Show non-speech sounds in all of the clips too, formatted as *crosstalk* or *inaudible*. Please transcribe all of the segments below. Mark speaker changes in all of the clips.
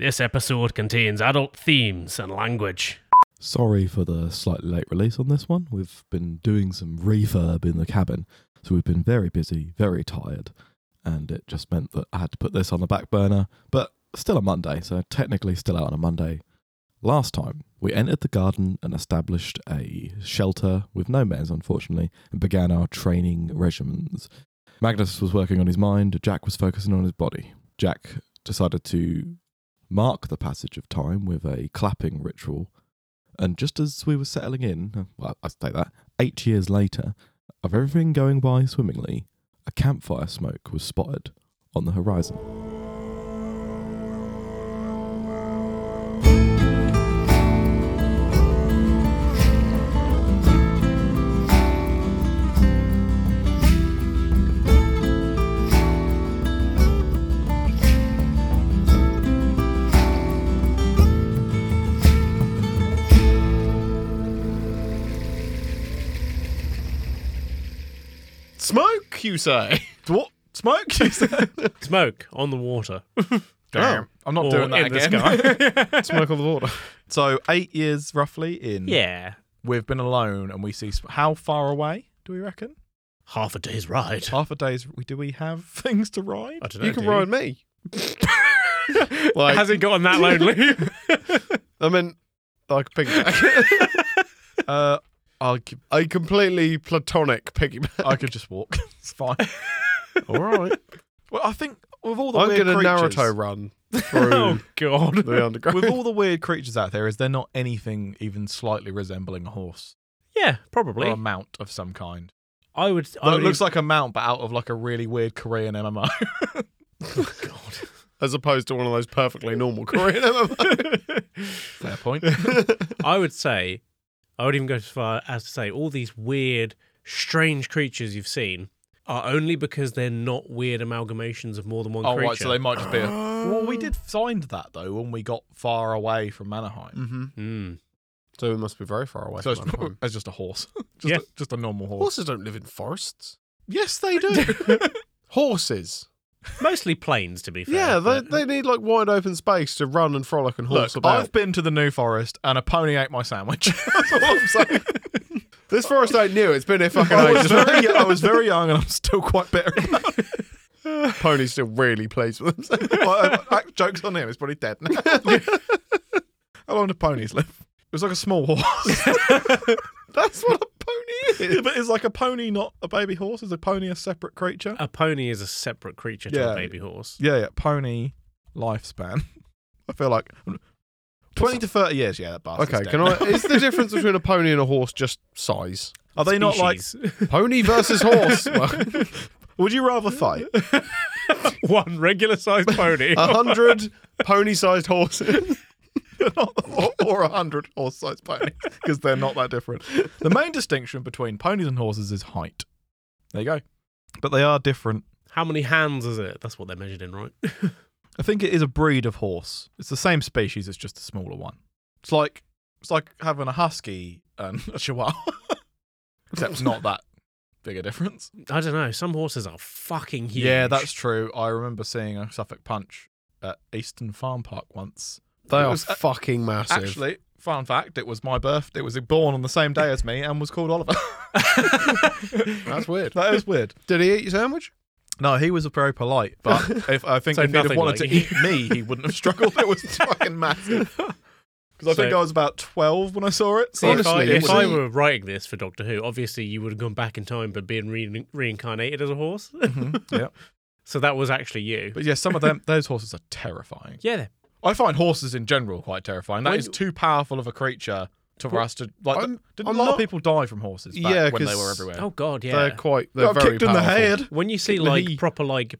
Speaker 1: This episode contains adult themes and language.
Speaker 2: Sorry for the slightly late release on this one. We've been doing some reverb in the cabin, so we've been very busy, very tired, and it just meant that I had to put this on the back burner, but still a Monday, so technically still out on a Monday. Last time, we entered the garden and established a shelter with no mares, unfortunately, and began our training regimens. Magnus was working on his mind, Jack was focusing on his body. Jack decided to mark the passage of time with a clapping ritual and just as we were settling in, well, I say that, eight years later, of everything going by swimmingly, a campfire smoke was spotted on the horizon.
Speaker 3: Smoke, you say? *laughs* What? *laughs* Smoke, you say?
Speaker 1: Smoke on the *laughs* water.
Speaker 3: Damn. Oh, I'm not
Speaker 1: Or
Speaker 3: doing that
Speaker 1: in the
Speaker 3: again. *laughs*
Speaker 1: sky.
Speaker 3: Smoke on the water. So, eight years roughly in.
Speaker 1: yeah.
Speaker 3: We've been alone and we see. Sp- how far away do we reckon?
Speaker 1: Half a day's ride.
Speaker 3: Half a day's. Do we have *laughs* things to ride? *laughs*
Speaker 1: I dunno,
Speaker 4: you can
Speaker 1: do
Speaker 4: ride me.
Speaker 1: *laughs*
Speaker 3: Like,
Speaker 1: Has it gotten that lonely?
Speaker 3: *laughs*
Speaker 1: *laughs*
Speaker 4: I mean, like a piggyback.
Speaker 3: uh, I'll, g-
Speaker 4: a completely platonic piggyback.
Speaker 3: I could just walk. *laughs* It's fine.
Speaker 4: *laughs* All right.
Speaker 3: Well, I think with all the
Speaker 4: *laughs* I'm
Speaker 3: weird
Speaker 4: going to
Speaker 3: creatures, *laughs*
Speaker 4: Naruto run
Speaker 1: oh,
Speaker 4: through
Speaker 1: God.
Speaker 4: the underground.
Speaker 3: with
Speaker 4: *laughs*
Speaker 3: all the weird creatures out there, is there not anything even slightly resembling a horse
Speaker 1: Yeah,
Speaker 3: or a
Speaker 1: probably.
Speaker 3: mount of some kind?
Speaker 1: I would.
Speaker 3: Though
Speaker 1: I
Speaker 3: it
Speaker 1: would
Speaker 3: Um, looks like a mount, but out of like a really weird Korean
Speaker 4: *laughs*
Speaker 3: MMO.
Speaker 4: As opposed to one of those perfectly normal
Speaker 3: *laughs*
Speaker 4: Korean MMO.
Speaker 3: Fair *laughs* point.
Speaker 1: I would say, I would even go as far as to say, all these weird, strange creatures you've seen are only because they're not weird amalgamations of more than one
Speaker 3: Oh,
Speaker 1: creature.
Speaker 3: right, so they might just be.
Speaker 4: *gasps*
Speaker 3: A, well, we did find that though when we got far away from Manheim.
Speaker 4: mm-hmm.
Speaker 1: Mm.
Speaker 4: So we must be very far away
Speaker 3: So it's,
Speaker 4: from Anaheim.
Speaker 3: *laughs* it's just a horse, just,
Speaker 1: Yeah.
Speaker 3: a, just a normal horse.
Speaker 4: Horses don't live in forests. Yes,
Speaker 3: *laughs*
Speaker 4: they do. *laughs* Horses.
Speaker 1: Hmm. Mostly planes, to be fair.
Speaker 4: Yeah, they,
Speaker 1: but-
Speaker 4: they need like wide open space to run and frolic and horse
Speaker 3: Look,
Speaker 4: about.
Speaker 3: I've been to the New Forest and a pony ate my sandwich. *laughs*
Speaker 4: *laughs*
Speaker 3: That's all *laughs* I'm saying.
Speaker 4: This forest ain't new.
Speaker 3: *laughs*
Speaker 4: It's been here fucking
Speaker 3: I, was
Speaker 4: ages.
Speaker 3: very, I was very young and I'm still quite bitter. about it.
Speaker 4: Pony's still really pleased
Speaker 3: *laughs*
Speaker 4: with *laughs* himself.
Speaker 3: Well, I- I- jokes on him. He's probably dead *laughs* now. How long do ponies live? It was like a small horse. *laughs*
Speaker 4: That's what a pony is.
Speaker 3: but is like a pony not a baby horse? Is a pony a separate creature?
Speaker 1: A pony is a separate creature to a
Speaker 3: Yeah.
Speaker 1: baby horse.
Speaker 3: Yeah, yeah. Pony lifespan. I feel like *laughs* twenty to thirty years. Yeah, that bastard's
Speaker 4: Okay,
Speaker 3: dead
Speaker 4: can I?
Speaker 3: now.
Speaker 4: Is the difference between a pony and a horse just size?
Speaker 3: Are they not like?
Speaker 1: Species. *laughs*
Speaker 4: Pony versus *laughs* horse. Well,
Speaker 3: Would you rather fight?
Speaker 1: one regular sized
Speaker 3: *laughs*
Speaker 1: pony?
Speaker 4: A
Speaker 3: Uh-huh.
Speaker 4: hundred pony-sized horses.
Speaker 3: or, or a hundred horse-sized ponies because they're not that different. The main distinction between ponies and horses is height. There you go. But they are different.
Speaker 1: How many hands is it? That's what they're measured in, right? *laughs*
Speaker 3: I think it is a breed of horse. It's the same species. It's just a smaller one. It's like it's like having a husky and *laughs* a chihuahua, except not that big a difference.
Speaker 1: I don't know. Some horses are fucking huge.
Speaker 3: Yeah, that's true. I remember seeing a Suffolk Punch at Easton Farm Park once.
Speaker 4: They
Speaker 3: It
Speaker 4: are
Speaker 3: was-
Speaker 4: fucking massive.
Speaker 3: Actually, fun fact, it was my birth. It was born on the same day as me and was called Oliver. *laughs*
Speaker 4: that's weird.
Speaker 3: that is weird.
Speaker 4: *laughs* Did he eat your sandwich?
Speaker 3: No, he was very polite, but *laughs* if I think
Speaker 1: So
Speaker 3: if he'd have
Speaker 1: nothing
Speaker 3: wanted
Speaker 1: like
Speaker 3: to
Speaker 1: you.
Speaker 3: eat me, he wouldn't have *laughs* struggled. It was fucking *laughs* massive. Because I think
Speaker 1: So-
Speaker 3: I was about twelve when I saw it. So
Speaker 1: if I,
Speaker 4: Honestly,
Speaker 1: if
Speaker 4: it
Speaker 1: I
Speaker 4: was-
Speaker 1: were writing this for Doctor Who, obviously you would have gone back in time, but being re- reincarnated as a horse. *laughs*
Speaker 3: yeah.
Speaker 1: so that was actually you.
Speaker 3: *laughs* But yeah, some of them those horses are terrifying.
Speaker 1: yeah, they're-
Speaker 3: I find horses in general quite terrifying. That
Speaker 1: When-
Speaker 3: is too powerful of a creature to for us to like.
Speaker 4: I'm-
Speaker 3: did
Speaker 4: I'm
Speaker 3: a lot
Speaker 4: not-
Speaker 3: of people die from horses? Back
Speaker 4: Yeah,
Speaker 3: when they
Speaker 4: 'cause-
Speaker 3: were everywhere.
Speaker 1: oh god, yeah.
Speaker 4: They're quite. They're
Speaker 3: Got
Speaker 4: very
Speaker 3: kicked in the
Speaker 4: powerful.
Speaker 3: head.
Speaker 1: when you
Speaker 3: *laughs*
Speaker 1: see
Speaker 3: Kick the
Speaker 1: like
Speaker 3: knee.
Speaker 1: proper like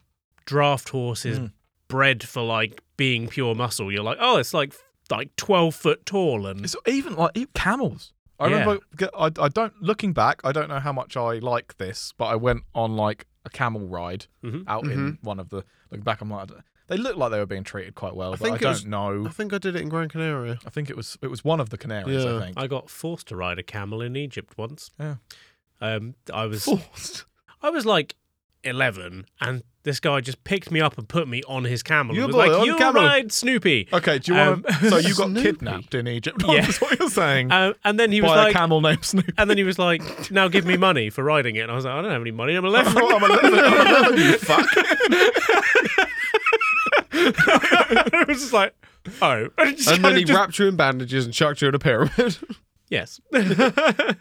Speaker 1: draft horses
Speaker 3: Mm.
Speaker 1: bred for like being pure muscle, you're like, oh, it's like like twelve foot tall and
Speaker 3: It's even like even camels. I
Speaker 1: Yeah.
Speaker 3: remember. get- I, I don't looking back. I don't know how much I like this, but I went on like a camel ride
Speaker 1: Mhm.
Speaker 3: out in
Speaker 4: Mm-hmm.
Speaker 3: one of the. Looking back, I'm like, I don't- they looked like they were being treated quite well, but I
Speaker 4: think it
Speaker 3: don't
Speaker 4: was-
Speaker 3: know.
Speaker 4: I think I did it in Gran Canaria.
Speaker 3: I think it was it was one of the canaries.
Speaker 4: Yeah.
Speaker 3: I think.
Speaker 1: I got forced to ride a camel in Egypt once.
Speaker 3: Yeah.
Speaker 1: Um, I was
Speaker 4: Forced.
Speaker 1: I was like 11 and this guy just picked me up and put me on his camel
Speaker 3: You
Speaker 1: and was
Speaker 3: boy,
Speaker 1: like,
Speaker 3: on
Speaker 1: you
Speaker 3: camel."
Speaker 1: ride Snoopy.
Speaker 3: *laughs* Okay, do you want?
Speaker 1: Um,
Speaker 3: to so you got
Speaker 4: Snoopy.
Speaker 3: kidnapped in Egypt? *laughs*
Speaker 1: Yeah.
Speaker 3: That's what you're saying.
Speaker 1: Uh, and then he
Speaker 3: by
Speaker 1: was
Speaker 3: a
Speaker 1: like,
Speaker 3: camel named Snoopy.
Speaker 1: and then he was like, now give me money for riding it. And I was like, I don't have any money. I'm 11.
Speaker 3: *laughs* *laughs* Oh, I'm 11, I'm 11, *laughs* you fuck.
Speaker 1: *laughs* it was just like, oh. *laughs* And, just
Speaker 4: And then
Speaker 1: kinda
Speaker 4: he
Speaker 1: just-
Speaker 4: wrapped you in bandages and chucked you in a pyramid.
Speaker 1: yes.
Speaker 3: Um,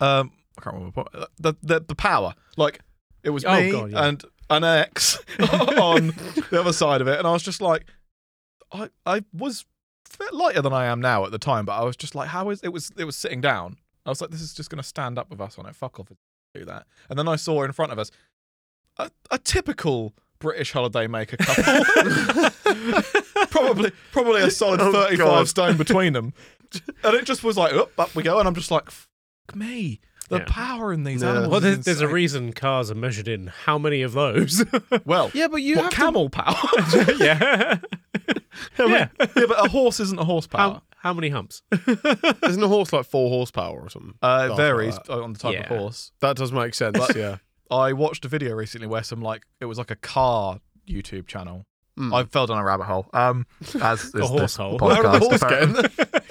Speaker 3: I can't remember what- the the, the power. Like it was
Speaker 1: Oh,
Speaker 3: me
Speaker 1: God, yeah.
Speaker 3: and an ex *laughs* on the other side of it, and I was just like, I I was a bit lighter than I am now at the time, but I was just like, how is it was it was sitting down. I was like, this is just gonna stand up with us on it. Fuck off, if you do that. And then I saw in front of us a, a typical British holidaymaker
Speaker 1: *laughs*
Speaker 3: couple. *laughs* probably probably a solid
Speaker 4: *laughs* Oh,
Speaker 3: 35
Speaker 4: God.
Speaker 3: stone between
Speaker 4: *laughs*
Speaker 3: them. And it just was like, up, up we go. And I'm just like, fuck me. The
Speaker 1: Yeah.
Speaker 3: power in these
Speaker 4: Yeah.
Speaker 3: animals.
Speaker 1: well, there's,
Speaker 3: is
Speaker 1: there's a
Speaker 3: insane.
Speaker 1: reason cars are measured in how many of
Speaker 3: *laughs*
Speaker 1: those. *laughs*
Speaker 3: Well,
Speaker 4: *laughs* yeah, but you
Speaker 3: what,
Speaker 4: have
Speaker 3: camel *laughs* power.
Speaker 1: yeah. yeah.
Speaker 3: yeah, but a horse isn't a horsepower.
Speaker 4: Um,
Speaker 1: How, how many
Speaker 3: *laughs*
Speaker 1: humps?
Speaker 4: to. Isn't a horse like four horsepower or something?
Speaker 3: Uh, it
Speaker 4: Oh,
Speaker 3: varies
Speaker 4: right.
Speaker 3: on the type
Speaker 1: Yeah.
Speaker 3: of horse.
Speaker 4: That does make sense. yeah.
Speaker 3: *laughs* I watched a video recently where some like it was like a car YouTube channel.
Speaker 4: Mm.
Speaker 3: I fell down a rabbit hole. Um, as is
Speaker 1: A horse
Speaker 3: this
Speaker 1: hole.
Speaker 4: Where did *laughs* the
Speaker 3: podcast,
Speaker 4: horse get in
Speaker 3: apparently.
Speaker 4: there?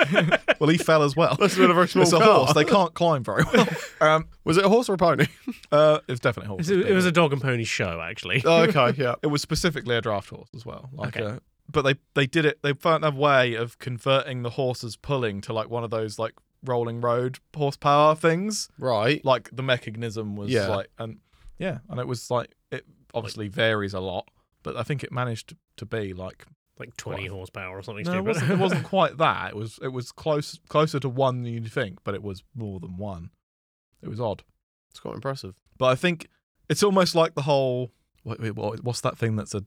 Speaker 3: well, he fell as well.
Speaker 4: That's been a very small
Speaker 3: it's a
Speaker 4: car.
Speaker 3: horse. They can't climb very
Speaker 4: *laughs*
Speaker 3: well. Um,
Speaker 4: Was it a horse or a pony?
Speaker 3: uh, it was definitely a horse.
Speaker 1: It, was a dog and pony show, actually.
Speaker 4: oh, *laughs* okay, yeah.
Speaker 3: It was specifically a draft horse as well. Like,
Speaker 1: Okay.
Speaker 3: uh, but they they did it. They found a way of converting the horse's pulling to like one of those like rolling road horsepower things.
Speaker 4: Right.
Speaker 3: Like the mechanism was
Speaker 4: Yeah.
Speaker 3: like and yeah, and it was like it obviously varies a lot, but I think it managed to be like
Speaker 1: Like 20 horsepower or something
Speaker 3: no, it
Speaker 1: stupid.
Speaker 3: *laughs* wasn't, it wasn't quite that. It was it was close closer to one than you'd think, but it was more than one. It was odd.
Speaker 4: It's quite impressive.
Speaker 3: But I think it's almost like the whole what, what, what's that thing that's a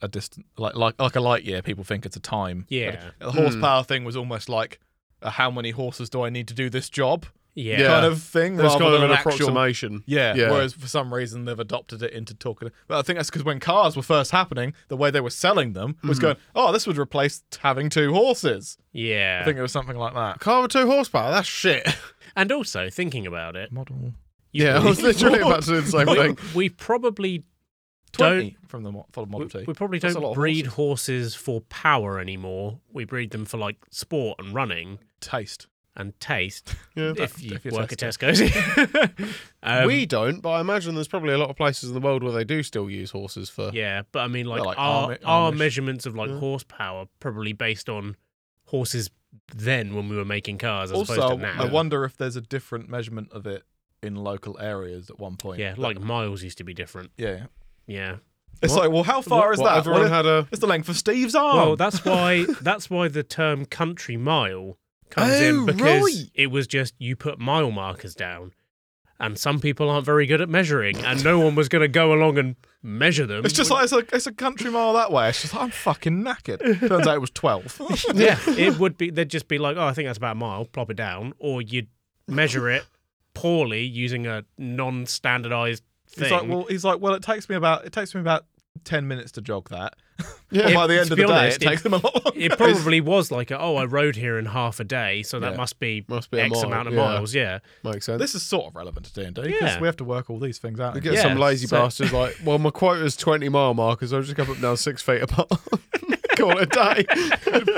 Speaker 3: a distant like like like a light year. People think it's a time.
Speaker 1: Yeah.
Speaker 3: But the
Speaker 4: Hmm.
Speaker 3: horsepower thing was almost like a how many horses do I need to do this job
Speaker 1: *laughs* Yeah.
Speaker 4: Yeah.
Speaker 3: kind of thing.
Speaker 4: There's
Speaker 3: rather
Speaker 4: kind of
Speaker 3: than
Speaker 4: an
Speaker 3: actual-
Speaker 4: approximation.
Speaker 3: Yeah,
Speaker 4: Yeah.
Speaker 3: Whereas for some reason they've adopted it into talking. But I think that's because when cars were first happening, the way they were selling them was
Speaker 4: Hmm.
Speaker 3: going, "Oh, this would replace having two horses."
Speaker 1: Yeah.
Speaker 3: I think it was something like that.
Speaker 4: Car with two horsepower, that's shit.
Speaker 1: and also, thinking about it,
Speaker 3: Model
Speaker 1: you-
Speaker 4: Yeah, I *laughs* was literally about to do the same thing.
Speaker 1: we probably
Speaker 3: twenty from the mo- for the Model
Speaker 1: we,
Speaker 3: T.
Speaker 1: we probably
Speaker 3: That's a lot
Speaker 1: don't
Speaker 3: of
Speaker 1: breed horses. for power anymore. We breed them for like sport and running
Speaker 3: Taste.
Speaker 1: and
Speaker 4: *laughs*
Speaker 1: taste.
Speaker 4: Yeah.
Speaker 1: if you
Speaker 3: if you're
Speaker 1: work at Tesco's, *laughs* Um,
Speaker 4: we don't, but I imagine there's probably a lot of places in the world where they do still use horses for.
Speaker 1: yeah, but I mean, like,
Speaker 3: Well, like
Speaker 1: our
Speaker 3: Ami-
Speaker 1: our
Speaker 3: Amish.
Speaker 1: measurements of like
Speaker 4: Yeah.
Speaker 1: horsepower probably based on horses then when we were making cars as
Speaker 3: Also,
Speaker 1: opposed to
Speaker 3: I
Speaker 1: now.
Speaker 3: wonder if there's a different measurement of it in local areas at one point.
Speaker 1: yeah,
Speaker 3: That-
Speaker 1: like miles used to be different.
Speaker 3: yeah.
Speaker 1: Yeah.
Speaker 3: It's like, well, how far
Speaker 4: What,
Speaker 3: is that?
Speaker 4: Everyone
Speaker 3: Well,
Speaker 4: had a.
Speaker 3: it's the length of Steve's arm.
Speaker 1: Well, that's
Speaker 4: *laughs*
Speaker 1: why that's why the term country mile comes
Speaker 4: Oh,
Speaker 1: in because
Speaker 4: right.
Speaker 1: it was just you put mile markers down, and some people aren't very good at measuring, and no one was going to go along and measure them.
Speaker 3: it's just like it's a, it's a country mile that way. It's just like, I'm fucking knackered. Turns out it was *laughs* twelve.
Speaker 4: *laughs*
Speaker 1: yeah, it would be. They'd just be like, oh, I think that's about a mile. Plop it down, or you'd measure it poorly using a non-standardized thing.
Speaker 3: He's like, well, he's like, well, it takes me about it takes me about ten minutes to jog that.
Speaker 4: Yeah.
Speaker 3: But by the
Speaker 1: It-
Speaker 3: end
Speaker 1: to
Speaker 3: of
Speaker 1: be
Speaker 3: the day,
Speaker 1: honest,
Speaker 3: it, takes them a lot longer.
Speaker 4: *laughs*
Speaker 1: it probably was like, a, oh, I rode here in half a day, so that
Speaker 3: Yeah.
Speaker 1: must be
Speaker 4: Must be a
Speaker 1: X
Speaker 4: mile,
Speaker 1: amount of
Speaker 4: yeah.
Speaker 1: miles. Yeah,
Speaker 4: Makes sense.
Speaker 3: This is sort of relevant to D and D because
Speaker 1: Yeah.
Speaker 3: we have to work all these things out.
Speaker 4: You
Speaker 3: and
Speaker 4: get
Speaker 1: Yeah,
Speaker 4: some lazy
Speaker 1: so-
Speaker 4: bastards like, well, my quota's 20 mile markers, so I'll just come up now six feet apart. *laughs* Call it
Speaker 3: *laughs*
Speaker 4: a day.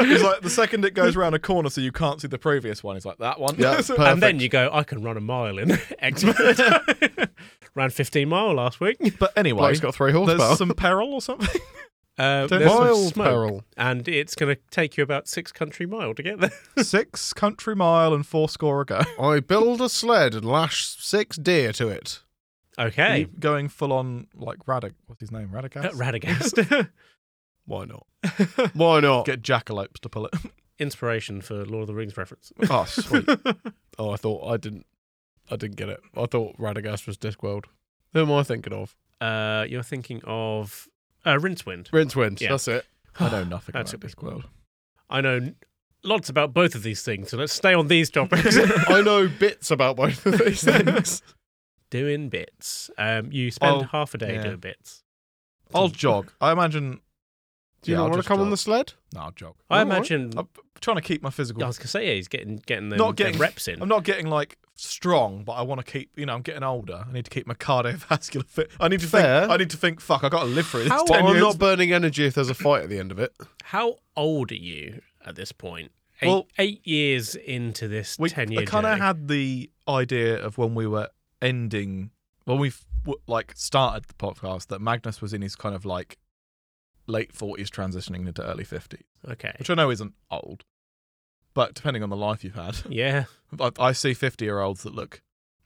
Speaker 3: He's like, the second it goes around a corner, so you can't see the previous one. He's like, that one.
Speaker 4: Yeah,
Speaker 3: *laughs* So-
Speaker 1: and then you go, I can run a mile in *laughs* X amount of time. Ran 15 mile last week.
Speaker 3: but anyway,
Speaker 4: Blake's got three
Speaker 3: there's
Speaker 4: horsepower.
Speaker 3: some peril or
Speaker 4: *laughs*
Speaker 3: something.
Speaker 1: Uh,
Speaker 3: Don't-
Speaker 1: there's some
Speaker 4: Mild
Speaker 1: smoke,
Speaker 4: peril.
Speaker 1: and it's going to take you about six country mile to get there. *laughs*
Speaker 3: *laughs* Six country mile and four score ago.
Speaker 4: I build a sled and lash six deer to it.
Speaker 1: Okay,
Speaker 3: going full on like Radig. What's his name? *laughs*
Speaker 1: *laughs*
Speaker 3: Radicus.
Speaker 1: at Radagast.
Speaker 4: Why not? Why not?
Speaker 3: Get jackalopes
Speaker 1: *laughs*
Speaker 3: to pull it.
Speaker 1: Inspiration for Lord of the Rings reference.
Speaker 4: oh, sweet. oh, I thought I didn't. I didn't get it. I thought Radagast was Discworld. Who am I thinking of?
Speaker 1: Uh, you're thinking of uh, Rincewind.
Speaker 4: Rincewind.
Speaker 1: Yeah.
Speaker 4: That's it.
Speaker 3: I know nothing
Speaker 1: That's
Speaker 3: about
Speaker 1: a
Speaker 3: this world.
Speaker 1: I know n- lots about both of these things, so let's stay on these topics.
Speaker 4: I know bits about both of
Speaker 3: *laughs*
Speaker 4: these things.
Speaker 1: *laughs* doing bits. Um, you spend
Speaker 3: Oh,
Speaker 1: half a day
Speaker 3: yeah.
Speaker 1: doing bits.
Speaker 3: I'll jog. I imagine
Speaker 4: Do you
Speaker 3: Yeah,
Speaker 4: not
Speaker 3: I'll
Speaker 4: want to
Speaker 3: just
Speaker 4: come on
Speaker 3: jog.
Speaker 4: the sled?
Speaker 3: No, I'll jog.
Speaker 1: I
Speaker 4: Alright.
Speaker 1: imagine.
Speaker 3: I'm trying to keep my physical.
Speaker 1: I was gonna say yeah, he's getting getting them,
Speaker 3: Not
Speaker 1: them
Speaker 3: getting-
Speaker 1: reps in.
Speaker 3: *laughs* I'm not getting like strong, but I want to keep. You know, I'm getting older. I need to keep my cardiovascular fit. I need to
Speaker 4: Fair.
Speaker 3: think. I need to think. Fuck, I got to live through this.
Speaker 4: How
Speaker 3: 10
Speaker 4: I'm
Speaker 3: years.
Speaker 4: not burning energy if there's a fight at the end of it.
Speaker 1: How old are you at this point? Eight,
Speaker 3: Well-
Speaker 1: eight years into this
Speaker 3: we
Speaker 1: ten year
Speaker 3: kind
Speaker 1: journey.
Speaker 3: of had the idea of when we were ending when we f- w- like started the podcast that Magnus was in his kind of like late 40s transitioning into early 50s
Speaker 1: okay.
Speaker 3: which I know isn't old but depending on the life you've had *laughs*
Speaker 1: Yeah.
Speaker 3: I, I see 50 year olds that look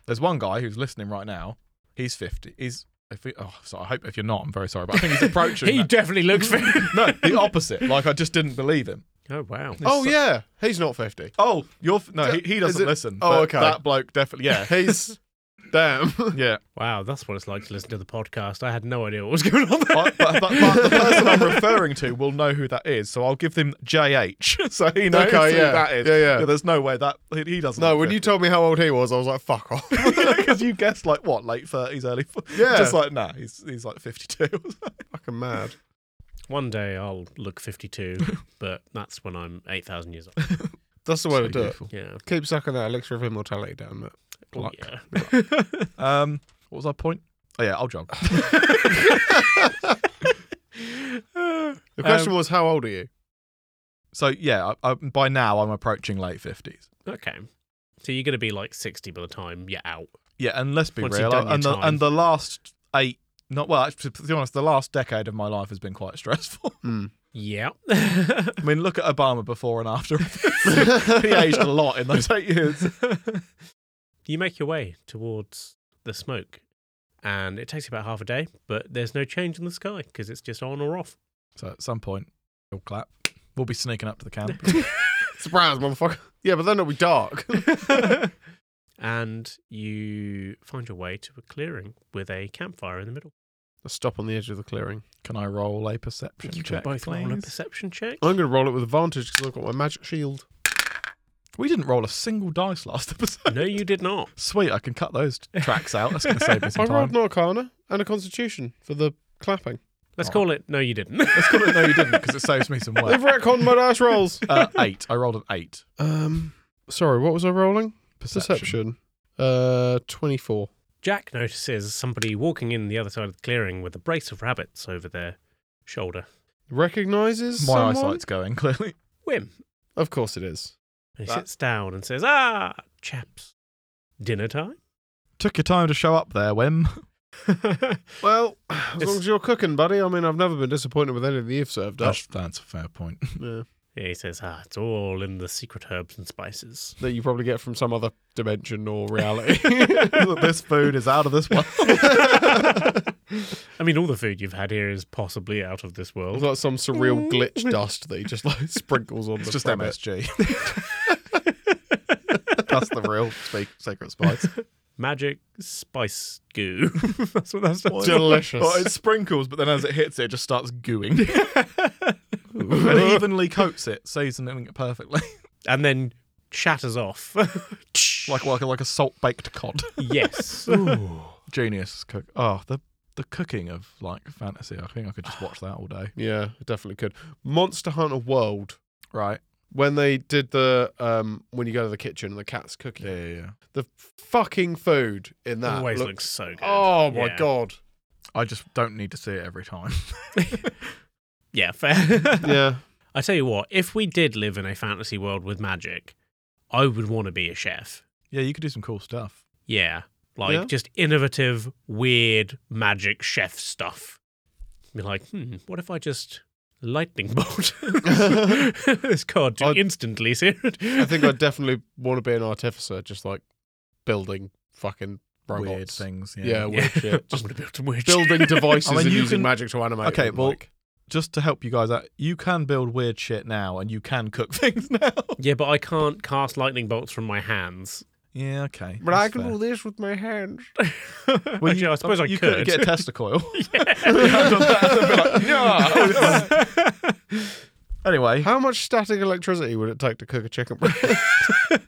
Speaker 3: there's one guy who's listening right now he's 50 he's if he, oh sorry I hope if you're not I'm very sorry but I *laughs* think he's approaching
Speaker 1: *laughs* He
Speaker 3: that.
Speaker 1: definitely *laughs* looks fit.
Speaker 3: no the opposite like I just didn't believe him
Speaker 1: Oh wow.
Speaker 4: oh
Speaker 3: so-
Speaker 4: yeah, he's not fifty.
Speaker 3: oh you're f- no
Speaker 4: D-
Speaker 3: he, he
Speaker 4: is
Speaker 3: doesn't
Speaker 4: it-
Speaker 3: listen
Speaker 4: oh,
Speaker 3: but
Speaker 4: okay.
Speaker 3: that bloke definitely yeah
Speaker 4: He's *laughs* damn.
Speaker 3: yeah
Speaker 1: Wow, that's what it's like to listen to the podcast. I had no idea what was going on there.
Speaker 3: but, but, but, but the person I'm referring to will know who that is, so I'll give them JH, *laughs* so he knows
Speaker 4: Okay,
Speaker 3: who
Speaker 4: yeah.
Speaker 3: that is.
Speaker 4: Yeah, yeah.
Speaker 3: There's no way that he- he doesn't.
Speaker 4: No, when you told me how old he was, I was like, fuck
Speaker 3: *laughs*
Speaker 4: off.
Speaker 3: because you guessed like what late thirties, early. 40s.
Speaker 4: *laughs* Yeah.
Speaker 3: just like nah, he's he's like fifty two. *laughs*
Speaker 4: Fucking mad.
Speaker 1: *laughs* One day I'll look 52, but that's when I'm 8,000 years old.
Speaker 4: That's the way to do it.
Speaker 1: *laughs* Yeah.
Speaker 4: Keep sucking that elixir of immortality down, mate.
Speaker 1: Oh,
Speaker 3: Pluck.
Speaker 1: yeah.
Speaker 3: Um, what was our point? Oh yeah, I'll jog.
Speaker 4: The question
Speaker 3: Um,
Speaker 4: was, how old are *laughs* you?
Speaker 3: So yeah, I, I, by now I'm approaching late fifties.
Speaker 1: Okay. So you're going to be like 60 by the time you're out.
Speaker 3: Yeah, and let's be
Speaker 1: Once you've
Speaker 3: real,
Speaker 1: done your
Speaker 3: and the,
Speaker 1: time.
Speaker 3: and the last eight. Not well. Actually, to be honest, the last decade of my life has been quite *laughs* stressful.
Speaker 4: Hmm. *laughs*
Speaker 1: Yeah.
Speaker 3: I mean, look at Obama before and after. *laughs* he aged a lot in those eight years.
Speaker 1: *laughs*
Speaker 3: *laughs*
Speaker 1: you make your way towards the smoke, and it takes you about half a day, but there's no change in the sky because it's just on or off.
Speaker 3: So at some point, we'll clap. We'll be sneaking up to
Speaker 1: *laughs*
Speaker 3: the camp.
Speaker 4: Surprise, motherfucker. Yeah, but then it'll be *laughs* dark.
Speaker 1: *laughs* and you find your way to a clearing with a campfire in the middle.
Speaker 4: Let's stop on the edge of the clearing.
Speaker 3: Can I roll a perception
Speaker 1: You can
Speaker 3: check,
Speaker 1: both roll a
Speaker 3: please?
Speaker 1: perception check. *laughs*
Speaker 4: I'm going to roll it with advantage because I've got my magic shield.
Speaker 3: we didn't roll a single dice last episode. *laughs*
Speaker 1: No, you did not.
Speaker 3: Sweet, I can cut those tracks out. That's going to save me
Speaker 4: I
Speaker 1: *laughs*
Speaker 3: some
Speaker 4: rolled
Speaker 3: time.
Speaker 4: an arcana and a constitution for the clapping.
Speaker 1: Let's
Speaker 3: Oh.
Speaker 1: call it. No, you *laughs* didn't.
Speaker 3: Let's call it *laughs* no, you didn't, because it saves me
Speaker 1: *laughs*
Speaker 3: some
Speaker 4: They've
Speaker 3: work.
Speaker 4: retconned my dice rolls.
Speaker 3: Uh, eight. I rolled an eight.
Speaker 4: Um, sorry, what was I rolling?
Speaker 3: Perception.
Speaker 4: Perception. Uh, 24.
Speaker 1: Jack notices somebody walking in the other side of the clearing with a brace of rabbits over their shoulder.
Speaker 4: Recognizes
Speaker 3: My
Speaker 4: someone?
Speaker 3: eyesight's going clearly.
Speaker 1: Whim.
Speaker 4: Of course it is.
Speaker 1: And he
Speaker 3: That-
Speaker 1: sits down and says, Ah, chaps, dinner time? *laughs*
Speaker 3: Took your time to show up there, Wim.
Speaker 4: Well, as
Speaker 1: It's-
Speaker 4: long as you're cooking, buddy. I mean, I've never been disappointed with any of the you've served up.
Speaker 3: That's, that's a fair *laughs* point.
Speaker 4: Yeah.
Speaker 1: Yeah, he says, Ah, it's all in the secret herbs and spices.
Speaker 4: That you probably get from some other dimension or reality.
Speaker 3: this food is out of this one.
Speaker 1: I mean, all the food you've had here is possibly out of this
Speaker 4: It's
Speaker 1: world.
Speaker 4: like some surreal glitch dust that he just like sprinkles on
Speaker 3: It's
Speaker 4: the
Speaker 3: just
Speaker 4: front bit.
Speaker 3: *laughs* MSG. that's the real spe- secret spice.
Speaker 1: Magic spice goo. *laughs* that's what that's called.
Speaker 4: Delicious.
Speaker 3: Well, it sprinkles, but then as it hits it, it just starts *laughs* gooing. and it evenly coats it, seasoning it perfectly. *laughs*
Speaker 1: And then shatters
Speaker 4: *laughs*
Speaker 1: off.
Speaker 3: like, like, like a salt baked cod.
Speaker 1: *laughs* yes.
Speaker 3: Genius cook. Oh, the, the cooking of like fantasy. I think I could just watch that all day.
Speaker 4: yeah, it definitely could. Monster Hunter World.
Speaker 3: Right.
Speaker 4: When they did the um when you go to the kitchen and the cat's cooking.
Speaker 3: Yeah, yeah, yeah.
Speaker 4: The fucking food in that
Speaker 1: Always
Speaker 4: looked-
Speaker 1: looks so good.
Speaker 4: Oh my
Speaker 1: Yeah.
Speaker 4: god.
Speaker 3: I just don't need to see it every time. *laughs*
Speaker 1: Yeah, fair. *laughs*
Speaker 4: Yeah.
Speaker 1: I tell you what, if we did live in a fantasy world with magic, I would want to be a chef.
Speaker 3: yeah, you could do some cool stuff.
Speaker 1: Yeah. Like
Speaker 4: Yeah?
Speaker 1: just innovative, weird magic chef stuff. Be like, hmm, what if I just lightning *laughs*
Speaker 4: *laughs*
Speaker 1: bolt this card to
Speaker 4: I'd-
Speaker 1: instantly sear it? *laughs*
Speaker 4: I think I definitely want to be an artificer, just like building fucking robots.
Speaker 3: Weird things. Yeah.
Speaker 4: Yeah, weird shit.
Speaker 1: I'm
Speaker 4: Just
Speaker 1: gonna build some weird shit.
Speaker 4: *laughs* building devices *laughs*
Speaker 3: I mean,
Speaker 4: and
Speaker 3: you
Speaker 4: using
Speaker 3: can-
Speaker 4: magic to animate.
Speaker 3: Okay,
Speaker 4: them,
Speaker 3: well-
Speaker 4: like.
Speaker 3: Just to help you guys out, you can build weird shit now and you can cook *laughs* things now.
Speaker 1: Yeah, but I can't cast lightning bolts from my hands.
Speaker 3: Yeah, okay.
Speaker 4: but I
Speaker 3: that's
Speaker 4: can
Speaker 3: fair.
Speaker 4: do this with my hands.
Speaker 3: *laughs* Well,
Speaker 1: Actually, I suppose I
Speaker 3: you
Speaker 1: could.
Speaker 3: get
Speaker 1: *laughs*
Speaker 3: a testicle. *laughs* anyway,
Speaker 4: How much static electricity would it take to cook a chicken *laughs* breast?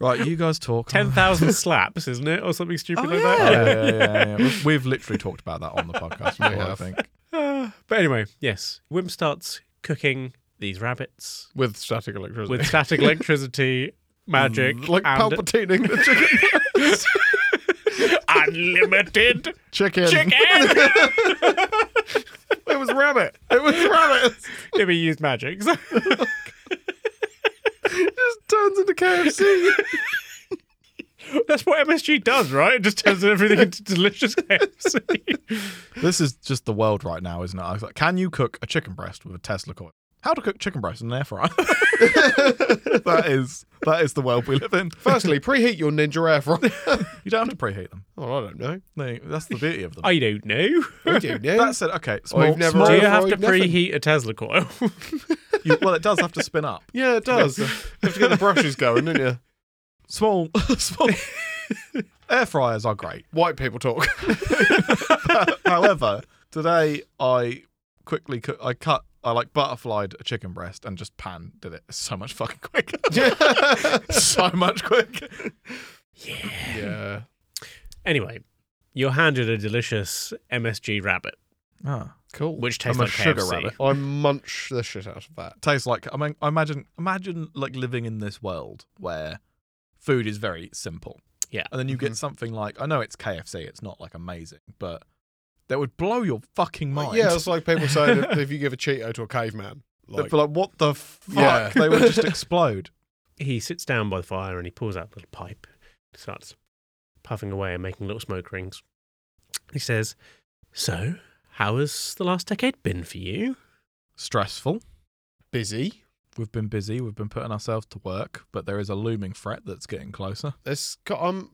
Speaker 3: right, you guys talk. Oh,
Speaker 1: Ten thousand *laughs* slaps, isn't it, or something stupid like
Speaker 3: yeah,
Speaker 1: that?
Speaker 3: yeah, yeah, yeah. We've, we've literally talked about that on the podcast before, I
Speaker 4: have.
Speaker 3: think.
Speaker 1: but anyway, yes, Wim starts cooking these rabbits
Speaker 4: with static electricity. *laughs*
Speaker 1: with static electricity, magic,
Speaker 4: like
Speaker 1: and
Speaker 4: palpitating *laughs* the chicken.
Speaker 1: unlimited
Speaker 4: chicken.
Speaker 1: chicken.
Speaker 4: It was rabbit. It was rabbit. *laughs*
Speaker 1: yeah, we used magic.
Speaker 4: Just turns into KFC.
Speaker 1: *laughs*
Speaker 4: *laughs*
Speaker 1: That's what MSG does, right? It just turns everything into delicious *laughs* KFC.
Speaker 3: This is just the world right now, isn't it? I was like, can you cook a chicken breast with a Tesla coil? How to cook chicken breast in an air fryer? *laughs* that is that is the world we live in.
Speaker 4: Firstly, preheat your ninja air fryer. *laughs*
Speaker 3: You don't have to preheat them.
Speaker 4: Oh, I don't know.
Speaker 3: They- that's the beauty of them.
Speaker 1: I don't know.
Speaker 4: I *laughs* do, yeah.
Speaker 3: that said, okay, small,
Speaker 4: you've never-
Speaker 3: small-
Speaker 1: Do you
Speaker 4: I've
Speaker 1: have to
Speaker 4: tried nothing.
Speaker 1: preheat a Tesla coil?
Speaker 3: *laughs*
Speaker 1: *laughs*
Speaker 3: you- well, it does have to spin up.
Speaker 4: yeah, it *laughs* does. you have to get the brushes going, don't you?
Speaker 3: Small, *laughs* small. air fryers are great. *laughs*
Speaker 4: White people talk. *laughs*
Speaker 3: However, today I quickly cut. I cut. I like butterflied a chicken breast and just pan did it. So much fucking quicker. *laughs* so much quicker.
Speaker 4: yeah.
Speaker 1: anyway, you're handed a delicious MSG rabbit,
Speaker 3: *laughs* Ah,
Speaker 4: Cool.
Speaker 1: which tastes
Speaker 3: a
Speaker 1: like
Speaker 3: sugar
Speaker 1: KFC.
Speaker 3: rabbit.
Speaker 4: I munch the shit out of that.
Speaker 3: tastes like. I mean, I imagine. Imagine like living in this world where food is very simple.
Speaker 1: Yeah.
Speaker 3: And then you
Speaker 4: Mhm.
Speaker 3: get something like. I know it's KFC. It's not like amazing, but that would blow your fucking mind.
Speaker 4: Yeah, it's like people saying if, if
Speaker 3: *laughs*
Speaker 4: you give a Cheeto to a caveman,
Speaker 3: They'd
Speaker 4: like,
Speaker 3: be like, what *laughs* the fuck?
Speaker 4: Yeah.
Speaker 3: They would just explode.
Speaker 1: He sits down by the fire and he pulls out a little pipe, starts puffing away and making little smoke rings. He says, "So, how has the last decade been for you?"
Speaker 3: Stressful.
Speaker 4: busy.
Speaker 3: We've been busy. We've been putting ourselves to work, but there is a looming threat that's getting closer.
Speaker 4: It's got, I'm,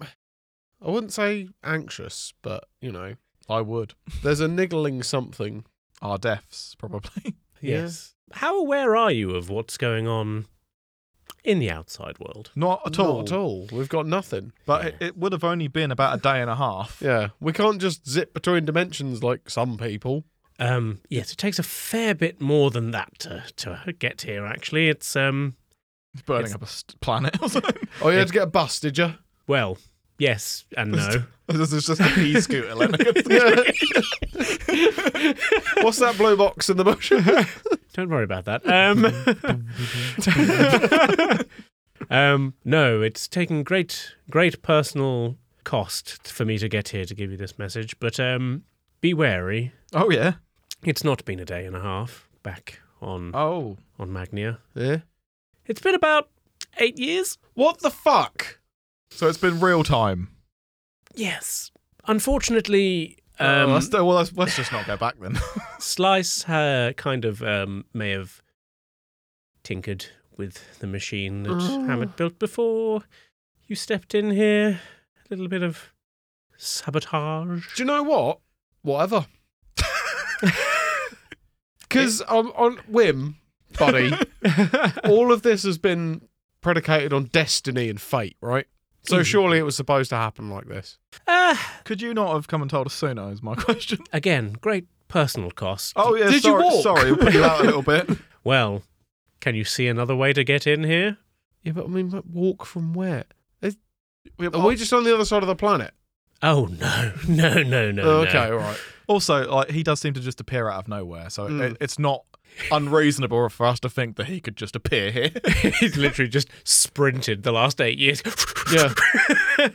Speaker 4: I wouldn't say anxious, but you know,
Speaker 3: I would.
Speaker 4: there's a niggling something.
Speaker 3: Our deaths, probably. *laughs*
Speaker 4: Yeah.
Speaker 1: How aware are you of what's going on in the outside world?
Speaker 3: Not at all.
Speaker 4: Not at all. We've got nothing.
Speaker 3: But it, it would have only been about a day and a half.
Speaker 4: Yeah, we can't just zip between dimensions like some people.
Speaker 1: Um, yes, it takes a fair bit more than that to, to get here. Actually, it's um,
Speaker 3: Burning
Speaker 1: It's-
Speaker 3: up a st- planet or *laughs* something.
Speaker 4: Oh, you had to get a bus, did
Speaker 3: *laughs*
Speaker 4: you?
Speaker 1: well, yes and no.
Speaker 3: this is just a pea scooter.
Speaker 4: *laughs*
Speaker 3: Len. *laughs*
Speaker 1: *laughs*
Speaker 4: What's that blue box in the bush?
Speaker 3: *laughs*
Speaker 1: Don't worry about that. Um, *laughs* um, no, it's taken great, great personal cost for me to get here to give you this message. But um, be wary.
Speaker 3: oh, yeah.
Speaker 1: It's not been a day and a half back on
Speaker 3: Oh.
Speaker 1: on Magnia.
Speaker 4: yeah.
Speaker 1: It's been about eight years.
Speaker 4: What the fuck?
Speaker 3: So it's been real time.
Speaker 1: Yes. Unfortunately,
Speaker 3: Um,
Speaker 1: um,
Speaker 3: let's, well, let's, let's just not go back then. *laughs*
Speaker 1: Slice uh, kind of um, may have tinkered with the machine that
Speaker 4: Oh.
Speaker 1: Hammett built before you stepped in here. A little bit of sabotage.
Speaker 4: Do you know what? *laughs* Whatever. Because I'm on whim, buddy. all of this has been predicated on destiny and fate, right? So
Speaker 1: Mhm.
Speaker 4: surely it was supposed to happen like this.
Speaker 1: *laughs* Ah,
Speaker 3: Could you not have come and told us sooner? Is my *laughs* question.
Speaker 1: again, great personal cost.
Speaker 3: Oh yeah.
Speaker 4: Did you
Speaker 3: sorry,
Speaker 4: walk?
Speaker 3: Sorry, we put you out a little *laughs* bit.
Speaker 1: Well, can you see another way to get in here?
Speaker 4: Yeah, but I mean, but walk from where? Are
Speaker 3: Oh,
Speaker 4: we just on the other side of the planet?
Speaker 1: Oh no, *laughs* no, no, no.
Speaker 4: Oh, okay,
Speaker 1: no.
Speaker 4: all right.
Speaker 3: Also, like he does seem to just appear out of nowhere, so
Speaker 4: Mm.
Speaker 3: it, it's not unreasonable for us to think that he could just appear here.
Speaker 1: *laughs*
Speaker 3: *laughs*
Speaker 1: He's literally just sprinted the last eight years.
Speaker 4: Yeah.
Speaker 1: *laughs*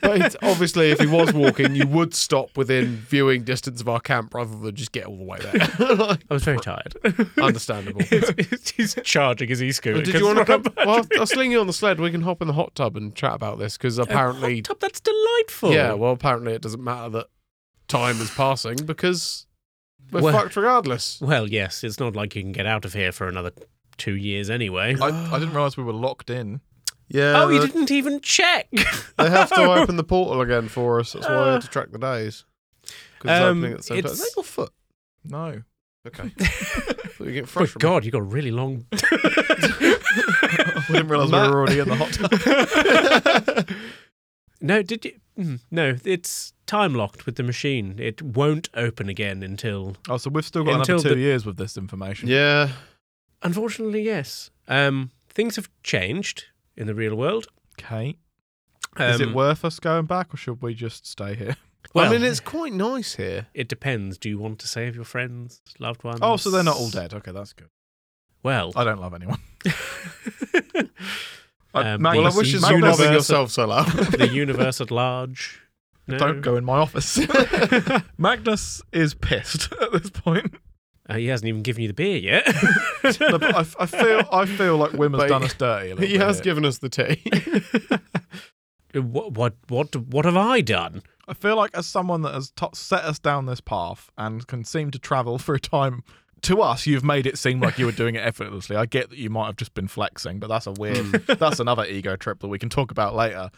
Speaker 4: But *laughs* it's, obviously, if he was walking, you would stop within viewing distance of our camp rather than just get all the way *laughs* there. Like,
Speaker 1: I was very tired. *laughs*
Speaker 4: Understandable.
Speaker 1: He's charging his e-scooter.
Speaker 4: Did you want to come?
Speaker 1: *laughs*
Speaker 4: Well, I'll, I'll sling you on the sled. We can hop in the hot tub and chat about this because apparently,
Speaker 1: Hot tub, that's delightful.
Speaker 4: yeah. Well, apparently, it doesn't matter that time is passing because we're
Speaker 1: Well-
Speaker 4: fucked regardless.
Speaker 1: Well, yes, it's not like you can get out of here for another two years anyway.
Speaker 3: I, I didn't realize we were locked in.
Speaker 4: Yeah.
Speaker 1: oh, you didn't even check.
Speaker 4: They uh, have to uh, open the portal again for us. That's why we
Speaker 1: Uh,
Speaker 4: had to track the days. 'Cause
Speaker 1: um,
Speaker 4: it's opening at the same time. Is
Speaker 1: it's-
Speaker 4: that your foot?
Speaker 3: No,
Speaker 4: Okay. *laughs* Thought you
Speaker 1: *laughs*
Speaker 4: get
Speaker 1: Oh,
Speaker 4: fresh.
Speaker 1: God, you got a really long.
Speaker 3: I didn't realize we
Speaker 4: Matt-
Speaker 3: were already in the hot
Speaker 4: *laughs*
Speaker 3: tub.
Speaker 1: No, did you? Mm, No, it's time locked with the machine. It won't open again until,
Speaker 3: Oh, so we've still got
Speaker 1: Until
Speaker 3: another two
Speaker 1: the-
Speaker 3: years with this information.
Speaker 4: Yeah.
Speaker 1: unfortunately, yes. Um, things have changed in the real world.
Speaker 3: Okay,
Speaker 1: Um,
Speaker 3: is it worth us going back, or should we just stay here?
Speaker 1: Well,
Speaker 4: I mean, it's quite nice here.
Speaker 1: it depends. Do you want to save your friends, loved ones?
Speaker 4: Oh,
Speaker 3: Oh, so they're not all dead. Okay, that's good.
Speaker 1: Well,
Speaker 3: I don't love anyone. I,
Speaker 1: Um, well,
Speaker 3: Matt,
Speaker 4: Well,
Speaker 1: I
Speaker 4: I
Speaker 1: Yes,
Speaker 4: wish
Speaker 1: wish
Speaker 4: you
Speaker 1: it's
Speaker 3: Matt,
Speaker 1: you
Speaker 4: were
Speaker 1: not
Speaker 3: doesn't-
Speaker 1: loving
Speaker 4: loving
Speaker 1: universe-
Speaker 4: yourself
Speaker 1: yourself *laughs*
Speaker 4: so
Speaker 1: the universe at large. No.
Speaker 3: Don't go in my *laughs* office. Magnus is pissed *laughs* at this point.
Speaker 1: Uh, he hasn't even given you the beer yet. *laughs*
Speaker 3: No, but I, I feel I feel like Wim has
Speaker 4: But-
Speaker 3: done us dirty. A *laughs* little
Speaker 4: He
Speaker 3: bit
Speaker 4: has
Speaker 3: here.
Speaker 4: given us the tea.
Speaker 1: what, what, what, what have I done?
Speaker 3: I feel like as someone that has to set us down this path and can seem to travel *laughs* through time. To us, you've made it seem like you were doing it effortlessly. I get that you might have just been flexing, but that's a weird. *laughs* that's another ego trip that we can talk about later.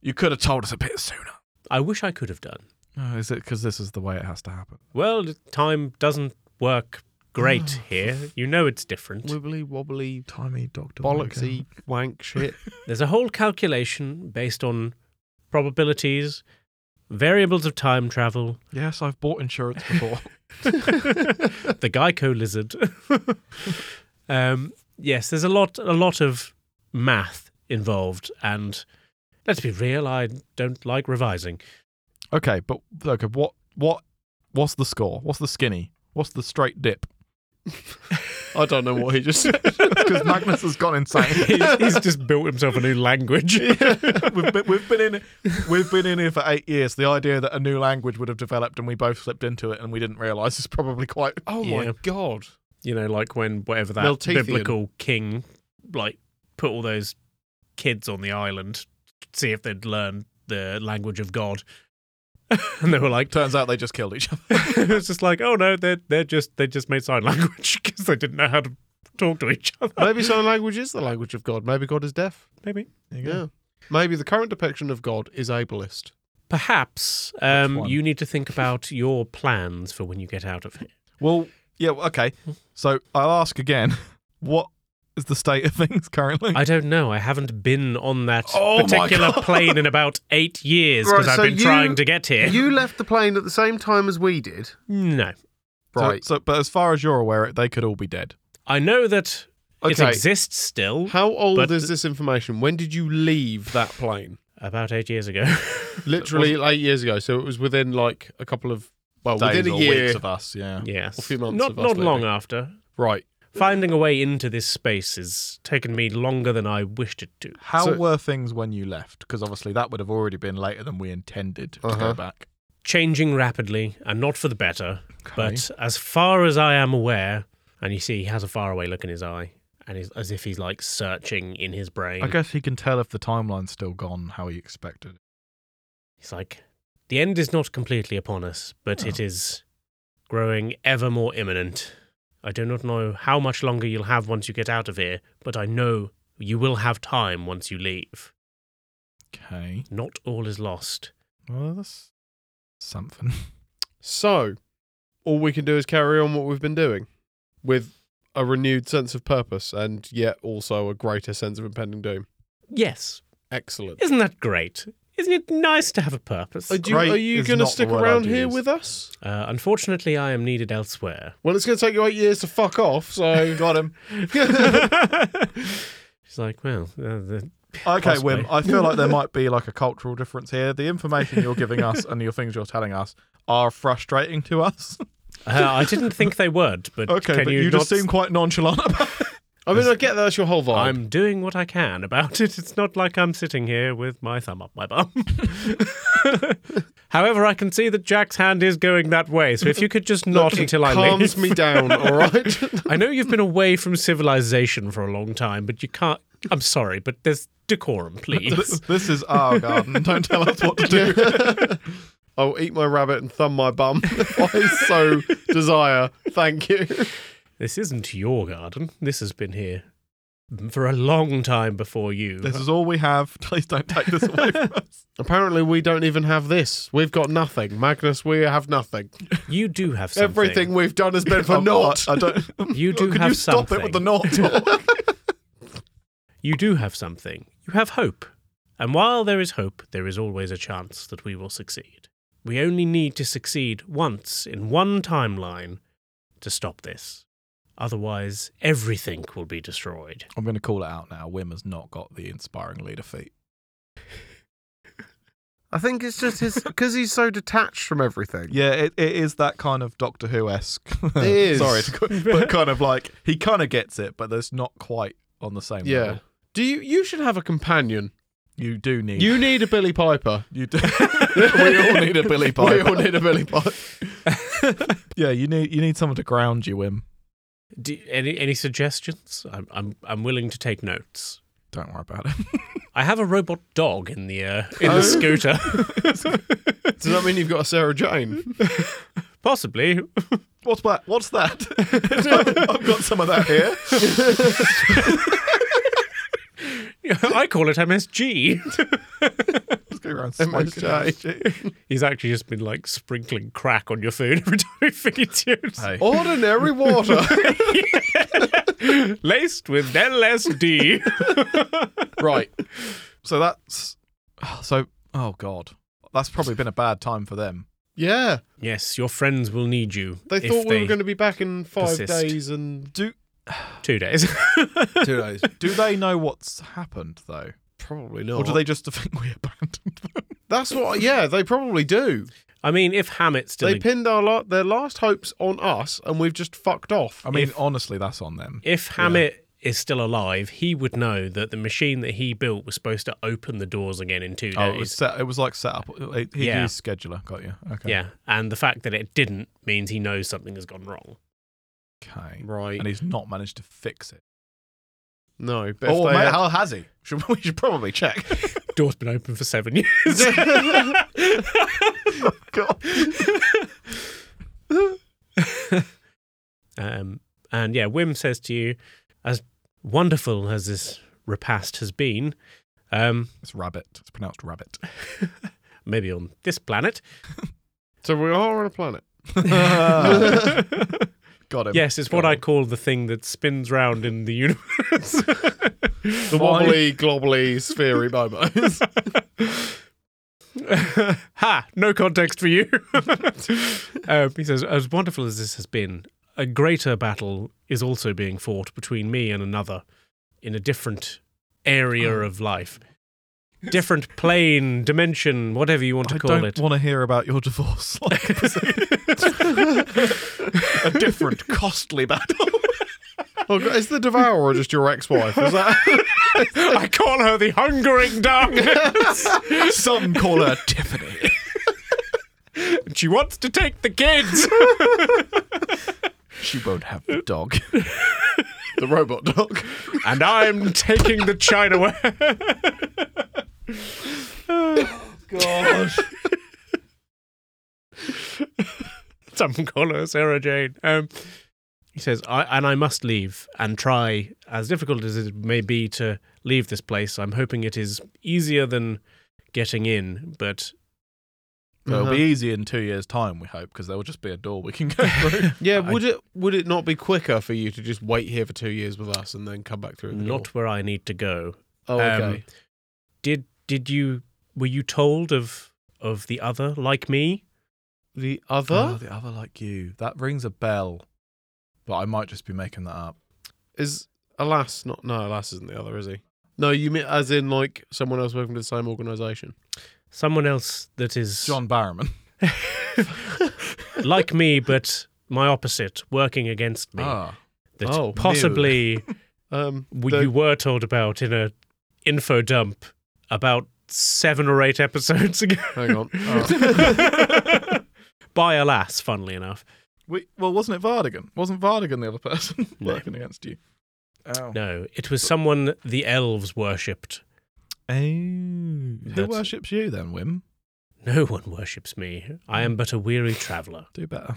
Speaker 3: You could have told us a bit sooner.
Speaker 1: I wish I could have done.
Speaker 3: Oh, is it because this is the way it has to happen?
Speaker 1: Well, time doesn't work great here. You know it's different.
Speaker 4: Wibbly wobbly
Speaker 3: Timey doctor.
Speaker 4: bollocksy wank shit.
Speaker 1: There's a whole calculation based on probabilities, variables of time travel,
Speaker 3: Yes, I've bought insurance *laughs* before.
Speaker 1: the Geico lizard. *laughs* um, yes, there's a lot, a lot of math involved, and let's be real, I don't like revising. *laughs*
Speaker 3: okay, but okay, what what what's the score? What's the skinny? What's the straight *laughs* dip?
Speaker 4: I don't know what
Speaker 1: *laughs*
Speaker 4: he just said.
Speaker 3: Because Magnus has gone insane.
Speaker 1: he's, he's just built himself a new language.
Speaker 3: we've, been, we've been in we've been in here for eight years. The idea that a new language would have developed and we both slipped into it and we didn't realise is probably quite.
Speaker 4: Oh
Speaker 1: Yeah.
Speaker 4: my god.
Speaker 1: *laughs* you know, like when whatever that
Speaker 4: Miltithian.
Speaker 1: biblical king like put all those kids on the island to see if they'd learn the language of God. *laughs* and they were like, *laughs*
Speaker 3: Turns out they just killed each other.
Speaker 1: it was just like, oh no, they're they're just they just made sign language *laughs* because they didn't know how to talk to each other. *laughs*
Speaker 4: Maybe sign language is the language of God. Maybe God is deaf.
Speaker 1: Maybe,
Speaker 4: Yeah. Maybe the current depiction of God is ableist.
Speaker 1: perhaps
Speaker 3: Which
Speaker 1: um,
Speaker 3: one?
Speaker 1: you need to think about your plans for when you get out of here.
Speaker 3: Well, yeah, well, okay. So I'll ask again. *laughs* What is the state of things currently?
Speaker 1: I don't know. I haven't been on that
Speaker 3: Oh my
Speaker 1: particular
Speaker 3: God.
Speaker 1: plane in about eight years
Speaker 4: Right,
Speaker 1: because I've
Speaker 4: so
Speaker 1: been
Speaker 4: you-
Speaker 1: trying to get here.
Speaker 4: You left the plane at the same time as we did.
Speaker 1: No,
Speaker 3: So-
Speaker 4: Right.
Speaker 3: So, but as far as you're aware, they could all be dead.
Speaker 1: I know that It
Speaker 4: Okay.
Speaker 1: exists still.
Speaker 4: How old
Speaker 1: But-
Speaker 4: is this information? When did you leave that plane?
Speaker 1: About eight years ago. *laughs*
Speaker 4: Literally eight years ago. So it was within like a couple of well,
Speaker 3: Days
Speaker 4: within a
Speaker 3: or
Speaker 4: year.
Speaker 3: weeks of us. Yeah.
Speaker 1: yes.
Speaker 4: A few months
Speaker 1: not
Speaker 4: of us
Speaker 1: not long
Speaker 4: leaving.
Speaker 1: after.
Speaker 4: Right.
Speaker 1: Finding a way into this space has taken me longer than I wished it to.
Speaker 3: How
Speaker 4: So-
Speaker 3: were things when you left? Because obviously that would have already been later than we intended to
Speaker 4: Uh-huh.
Speaker 3: go back.
Speaker 1: Changing rapidly and not for the better.
Speaker 3: Okay.
Speaker 1: But as far as I am aware, and you see he has a faraway look in his eye, and he's, as if he's like searching in his brain.
Speaker 3: I guess he can tell if the timeline's still gone how he expected.
Speaker 1: He's like, the end is not completely upon us, but it is growing ever more imminent. I do not know how much longer you'll have once you get out of here, but I know you will have time once you leave.
Speaker 3: Okay.
Speaker 1: Not all is lost.
Speaker 3: Well, that's something.
Speaker 4: So all we can do is carry on what we've been doing with a renewed sense of purpose and yet also a greater sense of impending doom.
Speaker 1: Yes.
Speaker 4: Excellent.
Speaker 1: Isn't that great? Isn't it nice to have a purpose?
Speaker 4: Are
Speaker 1: Uh,
Speaker 4: you,
Speaker 3: Great
Speaker 4: are you
Speaker 3: is
Speaker 4: going to
Speaker 3: not the
Speaker 4: stick
Speaker 3: word I'd
Speaker 4: around here
Speaker 3: use.
Speaker 4: with us?
Speaker 1: unfortunately, I am needed elsewhere.
Speaker 4: Well, it's going to take you eight years to fuck off. So
Speaker 3: Got *laughs* him.
Speaker 1: She's like, well, uh, the,
Speaker 3: Okay,
Speaker 1: Possibly.
Speaker 3: Wim, I feel like *laughs* there might be like a cultural difference here. The information you're giving us and the things you're telling us are frustrating to us. *laughs*
Speaker 1: uh, *laughs* I didn't think they would, but
Speaker 3: Okay,
Speaker 1: can
Speaker 3: but you, just
Speaker 1: not
Speaker 3: seem quite nonchalant *laughs* about
Speaker 4: I mean, I get that's your whole vibe.
Speaker 1: I'm doing what I can about *laughs* it. It's not like I'm sitting here with my thumb up my bum. *laughs* However, I can see that Jack's hand is going that way, so if you could
Speaker 3: *laughs*
Speaker 1: just nod
Speaker 4: Look, it
Speaker 1: until I
Speaker 4: calms
Speaker 1: leave.
Speaker 4: me *laughs* down. All
Speaker 1: *laughs*
Speaker 4: right.
Speaker 1: I know you've been away from civilization for a long time, but you can't. I'm sorry, but there's
Speaker 3: *laughs*
Speaker 1: decorum, please.
Speaker 3: this. This is *laughs* our garden. Don't tell us what to
Speaker 4: *laughs*
Speaker 3: do.
Speaker 4: I'll eat my rabbit and thumb my bum *laughs* if I so desire. Thank you.
Speaker 1: this isn't your garden. This has been here for a long time before you.
Speaker 3: This is all we have. *laughs* Please don't take this away from us.
Speaker 4: Apparently, we don't even have this. We've got nothing, Magnus. We have nothing.
Speaker 1: you do have
Speaker 3: *laughs*
Speaker 1: something.
Speaker 4: Everything we've done has been for *laughs*
Speaker 3: Oh,
Speaker 4: naught.
Speaker 3: I, I don't.
Speaker 1: You do
Speaker 3: Oh, Could
Speaker 1: have
Speaker 3: you stop
Speaker 1: something.
Speaker 3: it with the not *laughs* talk?
Speaker 1: You do have something. You have hope. And while there is hope, there is always a chance that we will succeed. We only need to succeed once in one timeline to stop this. Otherwise, everything will be destroyed.
Speaker 3: I'm going to call it out now. Wim has not got the inspiring leader feat.
Speaker 4: I think it's just his because he's so detached from everything.
Speaker 3: Yeah, it, it is that kind of Doctor Who esque. *laughs*
Speaker 4: It *laughs* is.
Speaker 3: Sorry, to qu- but kind of like he kind of gets it, but there's not quite on the same
Speaker 4: Yeah.
Speaker 3: level.
Speaker 4: Do you? You should have a companion.
Speaker 3: You do need
Speaker 4: You need a Billy Piper.
Speaker 3: you do. *laughs* we all need a
Speaker 4: *laughs*
Speaker 3: Billy Piper.
Speaker 4: We all need a Billy Piper.
Speaker 3: yeah, you need you need someone to ground you in.
Speaker 1: Do, any any suggestions? I'm I'm I'm willing to take notes.
Speaker 3: Don't worry about it.
Speaker 1: I have a robot dog in the uh, in the scooter,
Speaker 4: Does that mean you've got a Sarah
Speaker 3: *laughs*
Speaker 4: Jane?
Speaker 1: possibly.
Speaker 3: *laughs*
Speaker 1: *laughs*
Speaker 3: What's that? What's that? *laughs* I've got some of that *laughs* here.
Speaker 1: I call it MSG.
Speaker 3: Let's go around
Speaker 4: MSJ.
Speaker 1: *laughs* He's actually just been like sprinkling crack on your food every time he feeds you,
Speaker 3: Hey.
Speaker 4: *laughs* Ordinary
Speaker 3: *laughs*
Speaker 4: water
Speaker 1: laced with LSD.
Speaker 3: Right. So that's *sighs* so. Oh God, that's probably been a bad time for them.
Speaker 4: Yeah,
Speaker 1: yes, your friends will need you.
Speaker 4: they
Speaker 1: if
Speaker 4: thought we were
Speaker 1: they-
Speaker 4: going to be back in five
Speaker 1: persist.
Speaker 4: days, and
Speaker 3: *laughs*
Speaker 1: two days. *laughs*
Speaker 4: two days.
Speaker 3: Do they know what's happened though,
Speaker 4: Probably not.
Speaker 3: or do they just think we abandoned them?
Speaker 4: That's what. Yeah, they probably do.
Speaker 1: I mean, if Hammett still
Speaker 4: They
Speaker 1: ex-
Speaker 4: pinned our la- their last hopes on us, and we've just fucked
Speaker 3: *laughs*
Speaker 4: off.
Speaker 3: I mean, honestly, that's on them.
Speaker 1: if Hammett is still alive, he would know that the machine that he built was supposed to open the doors again in two
Speaker 3: Oh, it was,
Speaker 1: days.
Speaker 3: set, it was like set up. He he
Speaker 1: Yeah.
Speaker 3: used scheduler. Got you. Okay.
Speaker 1: yeah, and the fact that it didn't means he knows something has gone wrong.
Speaker 3: Okay.
Speaker 4: Right.
Speaker 3: And Oh, he's not managed to fix it.
Speaker 4: No, but if
Speaker 3: Or
Speaker 4: they
Speaker 3: ma-
Speaker 4: had- *laughs*
Speaker 3: how has he? Should, we should probably check. *laughs*
Speaker 1: Door's been open for seven *laughs* years.
Speaker 3: God.
Speaker 1: um, and yeah, Wim says to you, as wonderful as this repast has been, um,
Speaker 3: It's rabbit. It's pronounced *laughs* rabbit.
Speaker 1: maybe on this planet.
Speaker 4: so we are on a planet.
Speaker 3: Got him.
Speaker 1: Yes, it's what I call the thing that spins round in the universe.
Speaker 4: The wobbly, globbly, sphery *laughs* momos.
Speaker 1: *laughs* ha! No context for you. *laughs* um, he says, as wonderful as this has been, a greater battle is also being fought between me and another in a different area
Speaker 3: Oh.
Speaker 1: of life. Different plane, dimension, whatever you want to
Speaker 3: I
Speaker 1: call
Speaker 3: don't
Speaker 1: it.
Speaker 3: want to hear about your divorce. Like, *laughs* a different, costly battle.
Speaker 4: oh, God, is the devourer just your ex-wife? Is that?
Speaker 1: *laughs* I call her the hungering darkness.
Speaker 3: *laughs* Some call her Tiffany.
Speaker 1: she wants to take the kids.
Speaker 3: She won't have the *laughs* dog.
Speaker 4: The robot dog.
Speaker 1: and I'm taking the chinaware.
Speaker 3: Gosh.
Speaker 1: *laughs* Some call her Sarah Jane. Um, he says, I, and I must leave and try, as difficult as it may be to leave this place, I'm hoping it is easier than getting in, but
Speaker 3: It'll be easy in two years' time, we hope, because there will just be a door we can go through.
Speaker 4: Yeah, would it would it not be quicker for you to just wait here for two years with us and then come back through? The
Speaker 1: not where I need to go.
Speaker 4: Door? Oh,
Speaker 1: um,
Speaker 4: okay.
Speaker 1: Did did you were you told of of the other like me?
Speaker 4: the
Speaker 3: Oh,
Speaker 4: other
Speaker 3: the other like you. That rings a bell, but I might just be making that up.
Speaker 4: is alas not no alas isn't the other is he? No, you mean as in like someone else working for the same organisation?
Speaker 1: Someone else that is
Speaker 3: John Barrowman.
Speaker 1: like me, but my opposite, working against me.
Speaker 3: Ah,
Speaker 1: that
Speaker 4: Oh,
Speaker 1: possibly
Speaker 4: Um,
Speaker 1: we,
Speaker 4: the-
Speaker 1: you were told about in a info dump about seven or eight episodes *laughs* ago.
Speaker 4: hang on. Uh,
Speaker 1: By alas, funnily enough,
Speaker 3: we, well, wasn't it Vardigan? Wasn't Vardigan the other person *laughs* working against you? Oh.
Speaker 1: no, it was someone the elves worshipped.
Speaker 3: Who
Speaker 1: That's-
Speaker 3: Oh. worships you then, Wim?
Speaker 1: No one worships me. I am but a weary traveller.
Speaker 3: Do better.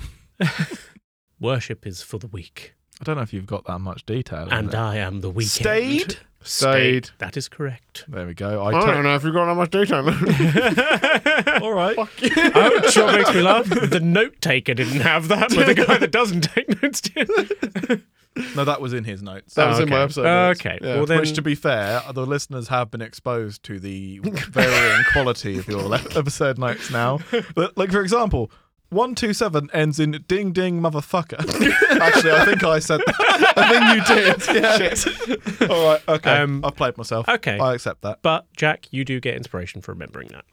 Speaker 1: Worship is for the weak,
Speaker 3: I don't know if you've got that much detail. in
Speaker 1: and
Speaker 3: it.
Speaker 1: I am the weak.
Speaker 3: Stayed?
Speaker 4: Stayed.
Speaker 1: That is correct.
Speaker 3: There we go.
Speaker 4: I
Speaker 3: I,
Speaker 4: don't
Speaker 3: ta-
Speaker 4: know if you've got that much *laughs*
Speaker 3: *laughs*
Speaker 4: daytime.
Speaker 1: All right. Oh, it *laughs* sure makes me
Speaker 4: *laughs*
Speaker 1: laugh. The note taker didn't have that, but the guy that doesn't take notes did.
Speaker 3: no, that was in his notes.
Speaker 4: That was in my
Speaker 1: Okay.
Speaker 4: episode. notes.
Speaker 1: Okay.
Speaker 4: Yeah.
Speaker 1: Well, then-
Speaker 3: Which, to be fair, the listeners have been exposed to the varying quality of your *laughs* le- episode notes now. But, like, for example, 127 ends in ding ding motherfucker. Actually, I think I said that. I think you did. Yeah. Shit. All right. Okay.
Speaker 1: Um,
Speaker 3: I've played myself.
Speaker 1: okay.
Speaker 3: I accept that.
Speaker 1: But Jack, you do get inspiration for remembering that.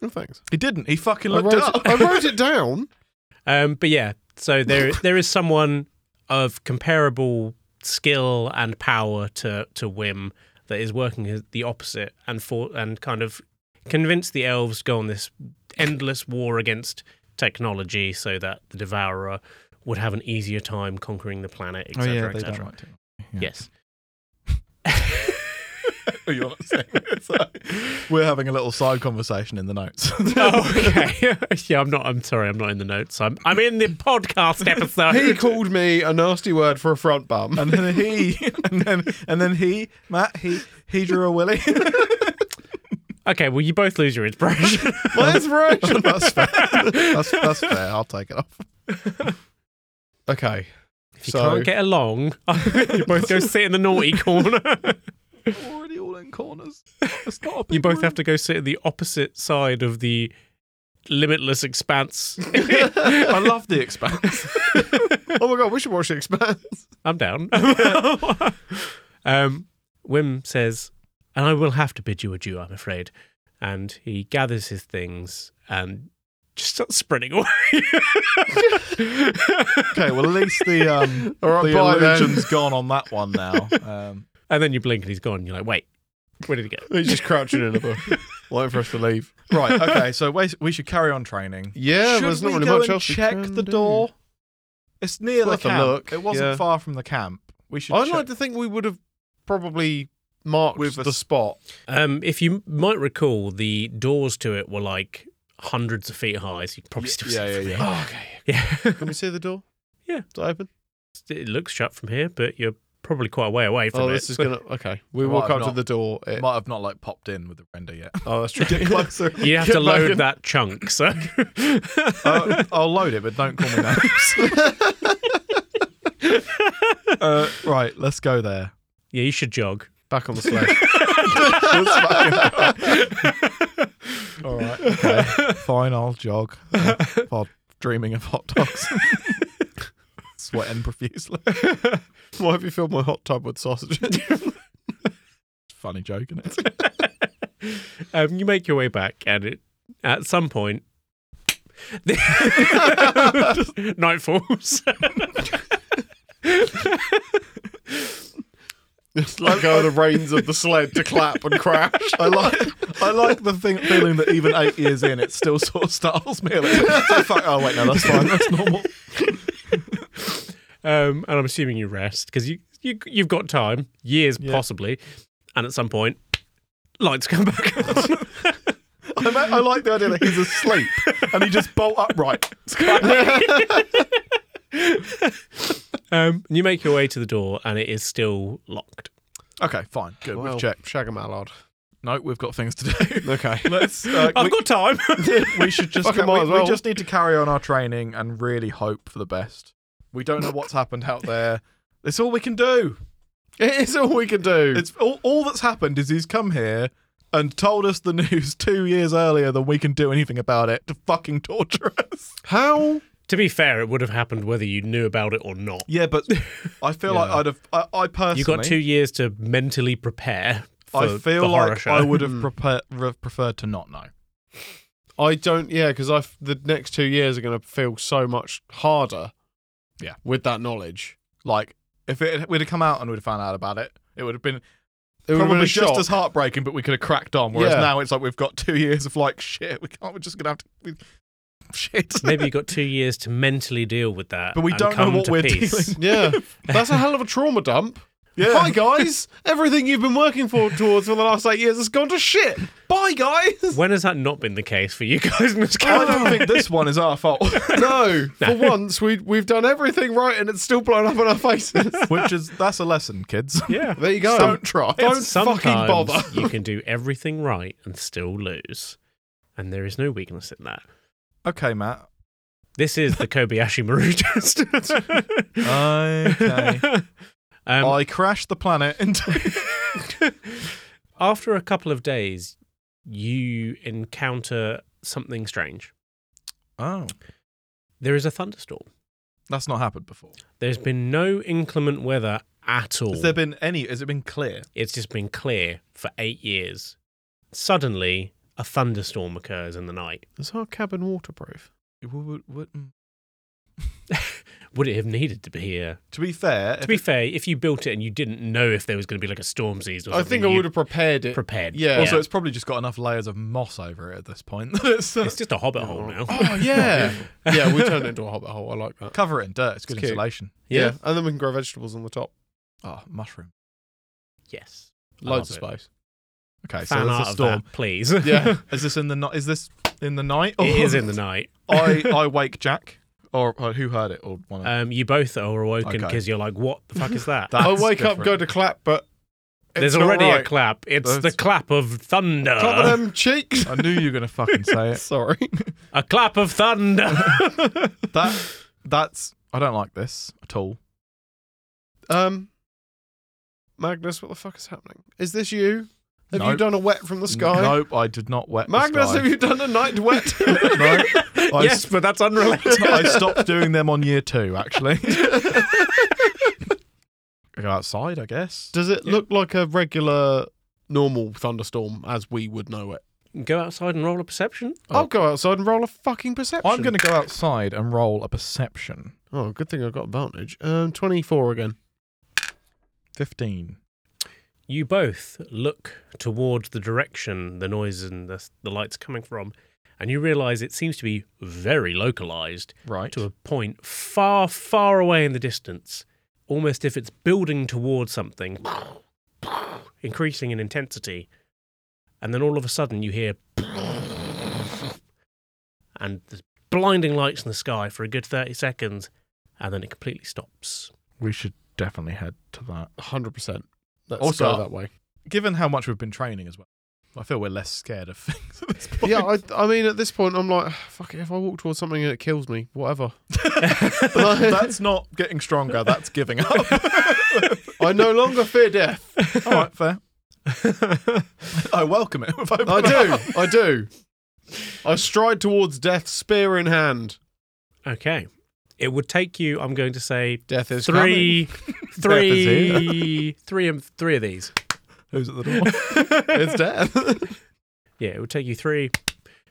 Speaker 4: Oh, thanks.
Speaker 3: He didn't. He fucking
Speaker 4: I
Speaker 3: looked
Speaker 4: wrote,
Speaker 3: it up.
Speaker 4: it,
Speaker 3: *laughs*
Speaker 4: I wrote it down.
Speaker 1: Um, but yeah, so there there is someone of comparable skill and power to to Wim that is working his- the opposite and for and kind of convince the elves to go on this endless war against technology so that the devourer would have an easier time conquering the planet,
Speaker 3: Oh,
Speaker 1: etc., etc.
Speaker 2: like to.
Speaker 1: Yes.
Speaker 3: *laughs*
Speaker 1: *laughs*
Speaker 3: You're not saying it. So We're having a little side conversation in the notes.
Speaker 1: oh,
Speaker 3: *laughs*
Speaker 1: okay. *laughs* yeah, I'm not. I'm sorry. I'm not in the notes. I'm. I'm in the *laughs* podcast episode.
Speaker 4: He called me a nasty word for a front
Speaker 3: *laughs*
Speaker 4: bum.
Speaker 3: and then he, and then and then he, Matt, he he drew a
Speaker 4: *laughs*
Speaker 3: willy.
Speaker 1: Okay. Well, you both lose your inspiration.
Speaker 4: That's
Speaker 3: *laughs*
Speaker 4: right.
Speaker 3: that's fair. That's, that's fair. I'll take it off.
Speaker 4: Okay.
Speaker 1: If you
Speaker 4: So-
Speaker 1: can't get along, *laughs* you both go sit in the *laughs* naughty corner.
Speaker 3: Already all in corners. It's not a
Speaker 1: you both have to go sit in the opposite side of the limitless *laughs* expanse.
Speaker 3: I love the expanse.
Speaker 4: Oh my god, we should watch The Expanse.
Speaker 1: I'm *laughs* down. *laughs* um, Wim says, and I will have to bid you adieu, I'm afraid. And he gathers his things and just starts sprinting away.
Speaker 3: *laughs*
Speaker 1: *laughs*
Speaker 3: Okay, well at least the um
Speaker 4: *laughs* All right,
Speaker 3: the
Speaker 4: bye then.
Speaker 3: illusion's gone on that one now. Um,
Speaker 1: and then you blink and he's gone. You're like, wait, where did he go?
Speaker 4: He's just crouching in a bush, *laughs* waiting for us to leave. *laughs*
Speaker 3: right. Okay. So we, we should carry on training.
Speaker 4: Yeah,
Speaker 3: Should
Speaker 4: there's not
Speaker 3: we
Speaker 4: really
Speaker 3: go
Speaker 4: much
Speaker 3: and
Speaker 4: else. we
Speaker 3: check
Speaker 4: can
Speaker 3: the
Speaker 4: do.
Speaker 3: door? It's near
Speaker 4: We'll
Speaker 3: the
Speaker 4: have to
Speaker 3: camp.
Speaker 4: look,
Speaker 3: It wasn't
Speaker 4: yeah.
Speaker 3: far from the camp. We should.
Speaker 4: I'd
Speaker 3: check-
Speaker 4: like to think we would have probably marked
Speaker 3: With a
Speaker 4: the
Speaker 3: s-
Speaker 4: spot.
Speaker 1: Um, if you might recall, the doors to it were like hundreds of feet high, so you can probably still
Speaker 4: *laughs*
Speaker 1: see it from here.
Speaker 4: Oh, okay.
Speaker 1: Yeah. *laughs*
Speaker 4: Can we see the door?
Speaker 1: Yeah.
Speaker 4: Is it open?
Speaker 1: it looks shut from here, but you're probably quite a way away from
Speaker 4: Oh,
Speaker 1: it.
Speaker 4: this is
Speaker 1: So
Speaker 4: gonna. Okay, we
Speaker 3: Might
Speaker 4: walk
Speaker 3: have
Speaker 4: up to
Speaker 3: not.
Speaker 4: the door.
Speaker 3: *laughs*
Speaker 4: It- *laughs*
Speaker 3: Might have not like popped in with the render yet.
Speaker 4: oh, that's true. Get
Speaker 3: closer.
Speaker 1: *laughs* you have
Speaker 4: *laughs* Get
Speaker 1: to
Speaker 4: back
Speaker 1: load
Speaker 4: in.
Speaker 1: that chunk. So
Speaker 4: *laughs*
Speaker 3: Uh, I'll load it, but don't call me
Speaker 4: *laughs*
Speaker 3: names. uh, right, let's go there.
Speaker 1: *laughs* yeah, you should jog.
Speaker 4: Back on the *laughs* sled.
Speaker 3: All right, okay, fine. I'll jog uh, while dreaming of hot
Speaker 4: *laughs*
Speaker 3: dogs, sweating profusely.
Speaker 4: Why have you filled my hot tub with sausage?
Speaker 3: *laughs* Funny joke, isn't it?
Speaker 1: Um, you make your way back, and it, at some point, *laughs*
Speaker 4: *laughs*
Speaker 1: night falls. *laughs*
Speaker 4: Just let go of the reins of the sled to clap and crash.
Speaker 3: I like, I like the thing, feeling that even eight years in, it still sort of startles me a little. bit. So fuck. Oh wait, no, that's fine. That's normal.
Speaker 1: um, and I'm assuming you rest because you, you you've got time, years
Speaker 3: Yeah.
Speaker 1: possibly, and at some point, lights come back on.
Speaker 3: I, ma- I like the idea that he's asleep and he just bolt upright.
Speaker 1: um, you make your way to the door, and it is still locked.
Speaker 3: Okay, fine, good.
Speaker 4: Well,
Speaker 3: we've checked.
Speaker 4: Shag a mallard.
Speaker 3: No, we've got things to do.
Speaker 4: *laughs* Okay.
Speaker 3: *laughs* Let's. Uh,
Speaker 1: I've
Speaker 3: we,
Speaker 1: got
Speaker 3: *laughs*
Speaker 1: time.
Speaker 3: we should just.
Speaker 4: Fucking
Speaker 3: we,
Speaker 4: might as
Speaker 3: we
Speaker 4: well.
Speaker 3: just need to carry on our training and really hope for the best. We don't know what's happened out there. It's all we can do.
Speaker 4: It's all we can do.
Speaker 3: It's all, all that's happened is he's come here and told us the news *laughs* two years earlier than we can do anything about it to fucking torture us.
Speaker 4: how?
Speaker 1: To be fair, it would have happened whether you knew about it or not.
Speaker 3: Yeah, but *laughs* I feel like
Speaker 4: Yeah.
Speaker 3: I'd have. I, I personally.
Speaker 1: You got two years to mentally prepare. For
Speaker 3: I
Speaker 1: the
Speaker 3: feel
Speaker 1: horror
Speaker 3: like
Speaker 1: show.
Speaker 3: I
Speaker 4: *laughs*
Speaker 3: would have
Speaker 4: Hmm.
Speaker 3: prepa- re- preferred to not know.
Speaker 4: I don't. Yeah, because I the next two years are going to feel so much harder.
Speaker 3: Yeah.
Speaker 4: With that knowledge,
Speaker 3: Like if it we'd have come out and we'd have found out about it, it would have been
Speaker 4: it would have been
Speaker 3: probably
Speaker 4: a
Speaker 3: just
Speaker 4: shock.
Speaker 3: as heartbreaking, but we could have cracked on. Whereas
Speaker 4: Yeah.
Speaker 3: now it's like we've got two years of like shit. We can't. We're just gonna have to. We,
Speaker 1: *laughs*
Speaker 3: shit.
Speaker 1: Maybe you got two years to mentally deal with that.
Speaker 3: *laughs* But we
Speaker 1: and
Speaker 3: don't know
Speaker 1: come
Speaker 3: what
Speaker 1: to
Speaker 3: we're
Speaker 1: peace. *laughs*
Speaker 3: dealing
Speaker 4: Yeah, that's a hell of a trauma dump.
Speaker 3: Yeah.
Speaker 4: Hi
Speaker 1: *laughs*
Speaker 4: guys, everything you've been working for towards for the last eight years has gone to shit. Bye guys.
Speaker 1: When has that not been the case for you guys in this
Speaker 3: I
Speaker 1: game?
Speaker 3: don't think this one is our fault. *laughs*
Speaker 4: *laughs*
Speaker 1: *laughs*
Speaker 4: No, for once we we've done everything right and it's still blown up in
Speaker 1: *laughs*
Speaker 4: our faces.
Speaker 3: Which is that's a lesson, kids.
Speaker 1: Yeah.
Speaker 4: There you go.
Speaker 3: Don't try.
Speaker 4: Don't
Speaker 1: Sometimes
Speaker 4: fucking bother.
Speaker 3: *laughs*
Speaker 1: you can do everything right and still lose. And there is no weakness in that.
Speaker 3: Okay, Matt.
Speaker 1: This is the Kobayashi Maru *laughs* test.
Speaker 3: *laughs* Okay.
Speaker 1: *laughs* um,
Speaker 3: I crashed the planet into. *laughs*
Speaker 1: *laughs* after a couple of days, you encounter something strange.
Speaker 3: Oh,
Speaker 1: There is a thunderstorm.
Speaker 3: that's not happened before.
Speaker 1: There's been no inclement weather at all.
Speaker 3: Has there been any? Has it been clear?
Speaker 1: It's just been clear for eight years. Suddenly, a thunderstorm occurs in the night.
Speaker 4: Is our cabin waterproof?
Speaker 3: Would- would- mm.
Speaker 1: Would it have needed to be here?
Speaker 3: To be fair,
Speaker 1: To be fair, if you built it and you didn't know if there was going to be like a storm season, or
Speaker 4: I
Speaker 1: something,
Speaker 4: think I
Speaker 1: you'd
Speaker 4: would have prepared it.
Speaker 1: prepared.
Speaker 4: Yeah.
Speaker 3: also it's probably just got enough layers of moss over it at this point. *laughs*
Speaker 1: *laughs*
Speaker 3: It's, uh,
Speaker 1: it's just a hobbit hole now.
Speaker 4: Oh
Speaker 3: *laughs*
Speaker 4: yeah, *laughs*
Speaker 1: *laughs*
Speaker 4: yeah. We turned it into a hobbit hole. I like that.
Speaker 3: cover it in dirt. It's good
Speaker 4: It's cute.
Speaker 3: insulation.
Speaker 1: Yeah.
Speaker 4: and then we can grow vegetables on the top.
Speaker 3: Oh, mushroom.
Speaker 1: Yes. I
Speaker 4: Loads of
Speaker 1: love
Speaker 4: space.
Speaker 3: Okay, so
Speaker 1: Fan
Speaker 3: there's
Speaker 1: art
Speaker 3: a
Speaker 1: of
Speaker 3: storm.
Speaker 1: that, please.
Speaker 4: Yeah,
Speaker 3: Is this in the night? Is this in the night?
Speaker 1: it is in the night.
Speaker 3: *laughs* I I wake Jack or, or who heard it or one of
Speaker 1: Um, you both are awoken
Speaker 3: Okay.
Speaker 1: because you're like, what the fuck is
Speaker 4: *laughs*
Speaker 1: that?
Speaker 3: That's
Speaker 4: I wake up, go
Speaker 3: different.
Speaker 4: to clap, but it's
Speaker 1: There's
Speaker 4: not
Speaker 1: already
Speaker 4: right.
Speaker 1: a clap. It's the
Speaker 3: That's-
Speaker 1: clap of thunder.
Speaker 4: Clap of them cheeks.
Speaker 3: I knew you were gonna fucking say it.
Speaker 4: Sorry.
Speaker 1: a clap of
Speaker 4: *laughs*
Speaker 1: thunder.
Speaker 3: That that's I don't like this at all.
Speaker 4: Um, Magnus, what the fuck is happening? Is this you? Have you
Speaker 3: Nope.
Speaker 4: done a wet from the sky?
Speaker 3: Nope, I did not wet.
Speaker 4: Magnus,
Speaker 3: the
Speaker 4: have
Speaker 3: sky.
Speaker 4: you done a night wet? *laughs*
Speaker 1: *laughs*
Speaker 3: I
Speaker 1: yes, but that's unrelated.
Speaker 3: *laughs* I stopped doing them on year two. Actually, I go outside, I guess.
Speaker 4: Does it
Speaker 1: Yeah.
Speaker 4: look like a regular, normal thunderstorm as we would know it?
Speaker 1: Go outside and roll a perception.
Speaker 3: Oh.
Speaker 4: I'll go outside and roll a fucking perception.
Speaker 3: I'm gonna go outside and roll a perception.
Speaker 4: Oh, good thing I got advantage. Um, 24 again.
Speaker 3: Fifteen.
Speaker 1: You both look toward the direction the noise and the, the lights coming from, and you realise it seems to be very localised
Speaker 3: Right.
Speaker 1: to a point far, far away in the distance, almost if it's building towards something, increasing in intensity. And then all of a sudden you hear and there's blinding lights in the sky for a good 30 seconds, and then it completely stops.
Speaker 3: we should definitely head to that.
Speaker 4: 100%. Let's
Speaker 3: Also-
Speaker 4: go that way.
Speaker 3: Given how much we've been training as well, I feel we're less scared of *laughs* things at this point. *laughs*
Speaker 4: Yeah, I, I mean, at this point, I'm like, "Ah, fuck it. If I walk towards something and it kills me, whatever. *laughs*
Speaker 3: that's not getting stronger. That's giving up. *laughs*
Speaker 4: I no longer fear death.
Speaker 3: All right, fair. I welcome it. with open
Speaker 4: I
Speaker 3: arms.
Speaker 4: do. I do. I stride towards death, spear in hand.
Speaker 1: Okay. It would take you, I'm going to say,
Speaker 4: Death is
Speaker 1: three, *laughs*
Speaker 3: Death is
Speaker 1: three, three, and three of
Speaker 3: *laughs*
Speaker 1: these.
Speaker 3: Who's at the door?
Speaker 4: It's death. *laughs*
Speaker 1: Yeah, it would take you three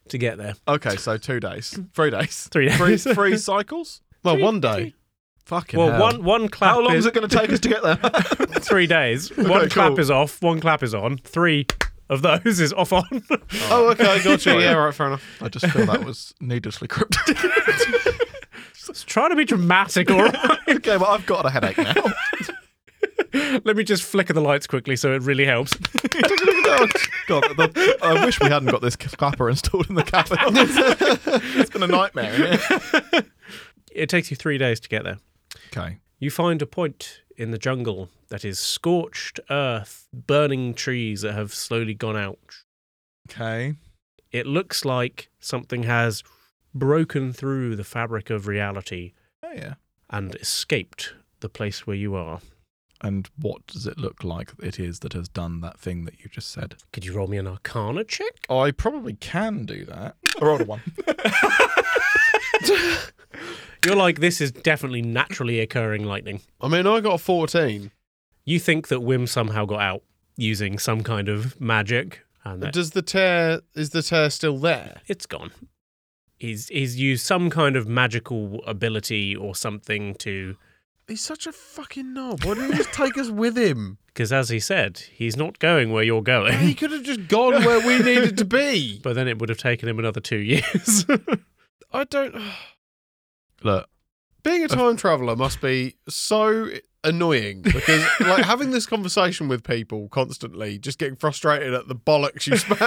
Speaker 1: to get there.
Speaker 3: Okay, so two days, three days,
Speaker 1: Three days.
Speaker 3: three, three cycles.
Speaker 4: well, one day.
Speaker 3: Fucking
Speaker 1: well,
Speaker 3: hell.
Speaker 1: one one clap.
Speaker 3: How long
Speaker 1: is
Speaker 3: is it going to take us *laughs*
Speaker 4: *laughs*
Speaker 3: to get *laughs* there?
Speaker 1: *laughs* Three
Speaker 3: *laughs*
Speaker 1: days. one
Speaker 3: cool.
Speaker 1: clap is off. One clap is on. Three of those is off on. *laughs*
Speaker 4: Oh, okay, gotcha.
Speaker 3: Sorry.
Speaker 4: yeah, right, fair enough.
Speaker 3: I just feel that was needlessly cryptic.
Speaker 1: It's trying to be dramatic, all right.
Speaker 3: *laughs*
Speaker 1: *laughs*
Speaker 3: okay, well, I've got a headache now.
Speaker 1: Let me just flicker the lights quickly so it really helps.
Speaker 3: God, the- I wish we hadn't got this clapper installed in the cabin. *laughs* it's been a nightmare. isn't it?
Speaker 1: It takes you three days to get there.
Speaker 3: Okay.
Speaker 1: You find a point in the jungle that is scorched earth, burning trees that have slowly gone out.
Speaker 3: Okay.
Speaker 1: It looks like something has broken through the fabric of reality
Speaker 3: Oh, yeah.
Speaker 1: and escaped the place where you are.
Speaker 3: And what does it look like it is that has done that thing that you just said?
Speaker 1: Could you roll me an arcana check?
Speaker 3: I probably can do that. *laughs* Or older one.
Speaker 1: You're like, this is definitely naturally occurring lightning.
Speaker 4: I mean, I got a 14.
Speaker 1: You think that Wim somehow got out using some kind of magic, and that
Speaker 4: Does the tear, is the tear still there?
Speaker 1: it's gone. He's he's used some kind of magical ability or something to
Speaker 4: He's such a fucking knob. Why didn't he just take us with him?
Speaker 1: because as he said, he's not going where you're
Speaker 4: He
Speaker 1: going.
Speaker 4: could have just gone where we needed to be.
Speaker 1: *laughs* But then it would have taken him another two years. *laughs*
Speaker 4: I
Speaker 3: *sighs*
Speaker 4: don't.
Speaker 3: *laughs* Look,
Speaker 4: Being a time traveler must be so annoying because, like, having this conversation with people constantly, just getting frustrated at the bollocks you spell.
Speaker 1: *laughs*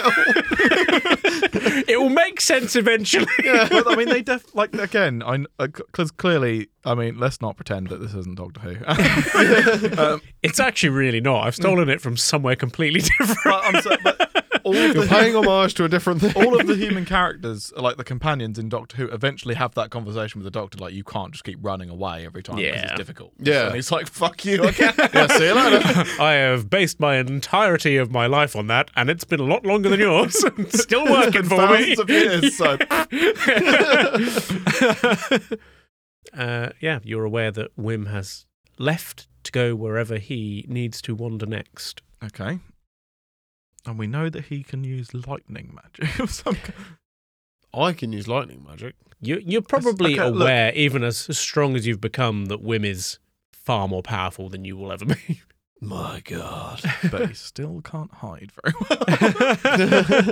Speaker 1: it will make sense eventually.
Speaker 3: but, I mean, *laughs* they def like again. I because clearly, I mean, let's not pretend that this isn't Doctor Who. um,
Speaker 1: It's actually really not. I've stolen it from somewhere completely *laughs* different.
Speaker 3: *laughs* but, I'm so, *laughs* but all of
Speaker 4: You're
Speaker 3: the
Speaker 4: paying homage to a different thing.
Speaker 3: *laughs* all *laughs* of the human characters, like the companions in Doctor Who, eventually have that conversation with the Doctor. Like, you can't just keep running away every time because
Speaker 1: Yeah.
Speaker 3: it's difficult.
Speaker 4: Yeah.
Speaker 3: and he's like, "Fuck you, *laughs* I can't."
Speaker 4: yeah, see you later.
Speaker 1: I have based my entirety of my life on that, and it's been a lot longer than yours. *laughs* It's
Speaker 3: *laughs*
Speaker 1: Still working for me.
Speaker 3: Thousands of years. *laughs* So
Speaker 1: uh, yeah, you're aware that Wim has left to go wherever he needs to wander next.
Speaker 3: okay,
Speaker 5: And we know that he can use lightning
Speaker 3: *laughs*
Speaker 5: magic of some kind.
Speaker 4: *laughs* I can use lightning magic.
Speaker 1: You, you're probably
Speaker 5: okay, look.
Speaker 1: aware, even as strong as you've become, that Wim is far more powerful than you will ever be. *laughs*
Speaker 5: My God.
Speaker 3: *laughs*
Speaker 5: But he still can't hide very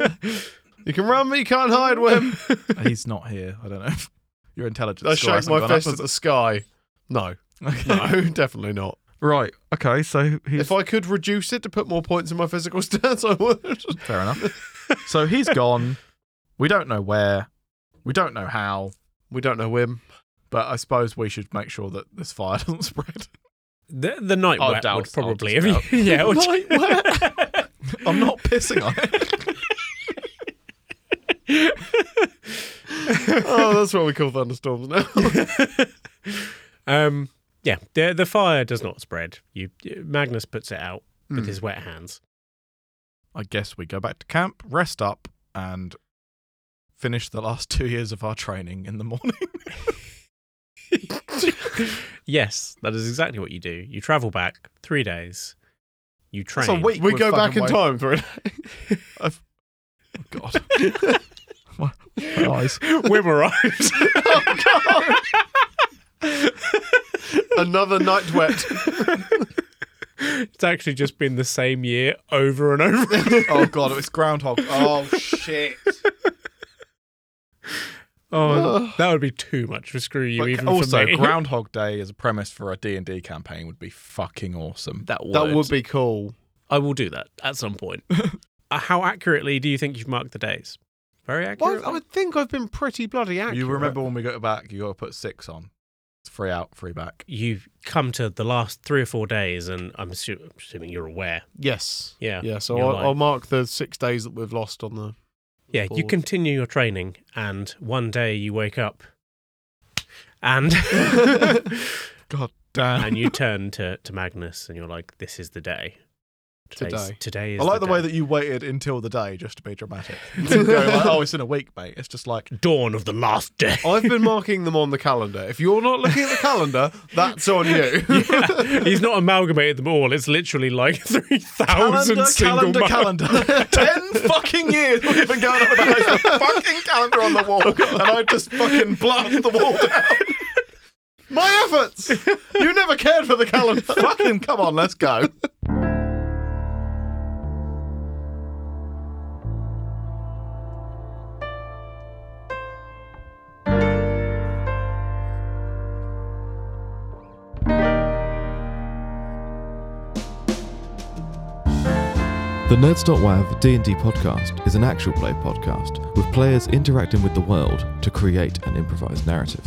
Speaker 4: *laughs*
Speaker 3: *laughs*
Speaker 4: You can run, but you can't hide, Wim.
Speaker 5: well. He's not here. I don't know. Your intelligence.
Speaker 4: I
Speaker 5: score
Speaker 4: shake
Speaker 5: hasn't
Speaker 4: my
Speaker 5: gone up,
Speaker 4: fist at
Speaker 5: has
Speaker 4: the sky. No,
Speaker 5: it?
Speaker 3: *laughs*
Speaker 5: Okay.
Speaker 4: no, definitely not.
Speaker 5: Right. Okay. So he's
Speaker 4: If I could reduce it to put more points in my physical *laughs* stats, I would.
Speaker 3: Fair enough. *laughs* so he's gone. We don't know where. We don't know how.
Speaker 4: We don't know Wim.
Speaker 3: But I suppose we should make sure that this fire *laughs* doesn't spread.
Speaker 1: The, the night
Speaker 3: I'll
Speaker 1: wet would
Speaker 3: douse- I'll
Speaker 1: probably.
Speaker 3: just
Speaker 1: Have you, *laughs*
Speaker 3: *laughs*
Speaker 1: yeah, it would-
Speaker 3: Night
Speaker 1: *laughs*
Speaker 3: I'm not pissing on it.
Speaker 4: Oh, that's what we call thunderstorms now.
Speaker 1: *laughs* um, yeah, the, the fire does not spread. You, Magnus puts it out
Speaker 4: Hmm.
Speaker 1: with his wet hands.
Speaker 3: *laughs* I guess we go back to camp, rest up, and finish the last two years of our training in the morning.
Speaker 1: Yes, that is exactly what you do. You travel back three days. You train.
Speaker 3: It's a
Speaker 1: *laughs*
Speaker 3: week.
Speaker 4: we
Speaker 3: we're
Speaker 4: go back
Speaker 3: fucking
Speaker 4: in
Speaker 3: wa-
Speaker 4: time for it.
Speaker 3: *laughs* God. my, my eyes.
Speaker 1: Wim arrives.
Speaker 4: *laughs* Another night wet.
Speaker 1: *laughs* it's actually just been the same year over and over. *laughs*
Speaker 3: Oh God, it was groundhog. *laughs* Oh shit.
Speaker 1: oh,
Speaker 4: *sighs*
Speaker 1: that would be too much for screw you.
Speaker 3: But
Speaker 1: even
Speaker 3: also,
Speaker 1: for me. *laughs*
Speaker 3: Groundhog Day as a premise for a D&D campaign would be fucking awesome.
Speaker 5: that would.
Speaker 4: That would be cool.
Speaker 1: I will do that at some point.
Speaker 4: *laughs*
Speaker 1: uh, how accurately do you think you've marked the days? Very accurate.
Speaker 4: I would think I've been pretty bloody accurate.
Speaker 3: You remember when we got back, you got to put six on. It's free out, free back.
Speaker 1: you come to the last three or four days, and I'm assu- assuming you're aware.
Speaker 4: Yes.
Speaker 1: Yeah.
Speaker 4: Yeah, so
Speaker 1: You're
Speaker 4: I'll,
Speaker 1: right.
Speaker 4: I'll mark the six days that we've lost on the.
Speaker 1: Yeah, you
Speaker 4: Bored.
Speaker 1: continue your training, and one day you wake up, and
Speaker 3: God damn.
Speaker 1: and you turn to, to Magnus, and you're like, "This is the day. Today's,
Speaker 4: Today.
Speaker 1: today is."
Speaker 3: I like the,
Speaker 1: the,
Speaker 3: way
Speaker 1: day.
Speaker 3: that you waited until the day just to be
Speaker 1: *laughs*
Speaker 3: dramatic. *laughs* You didn't go like, oh, it's in a week, mate. It's just like,
Speaker 1: dawn of the last day.
Speaker 4: I've been marking them on the calendar. If you're not looking *laughs* at the calendar, that's
Speaker 1: *laughs*
Speaker 4: on you.
Speaker 1: *laughs* Yeah, he's not amalgamated them all. It's literally like three thousand
Speaker 3: calendar,
Speaker 1: single
Speaker 3: calendar,
Speaker 1: months.
Speaker 3: calendar.
Speaker 1: *laughs*
Speaker 3: Ten fucking years we've been going on about this fucking calendar on the wall,
Speaker 1: Oh,
Speaker 3: and I just fucking bluffed the wall down.
Speaker 4: My efforts! You never cared for the calendar.
Speaker 3: fucking come on, let's go.
Speaker 2: The Nerds.wav D&D podcast is an actual play podcast with players interacting with the world to create an improvised narrative.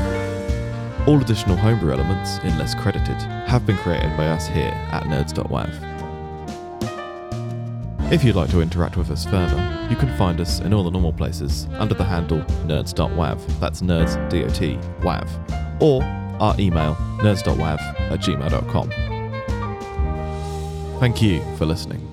Speaker 2: All additional homebrew elements, unless credited, have been created by us here at Nerds.wav. If you'd like to interact with us further, you can find us in all the normal places under the handle nerds.wav, that's nerds, D-O-T, wav, or our email nerds.wav at gmail.com. Thank you for listening.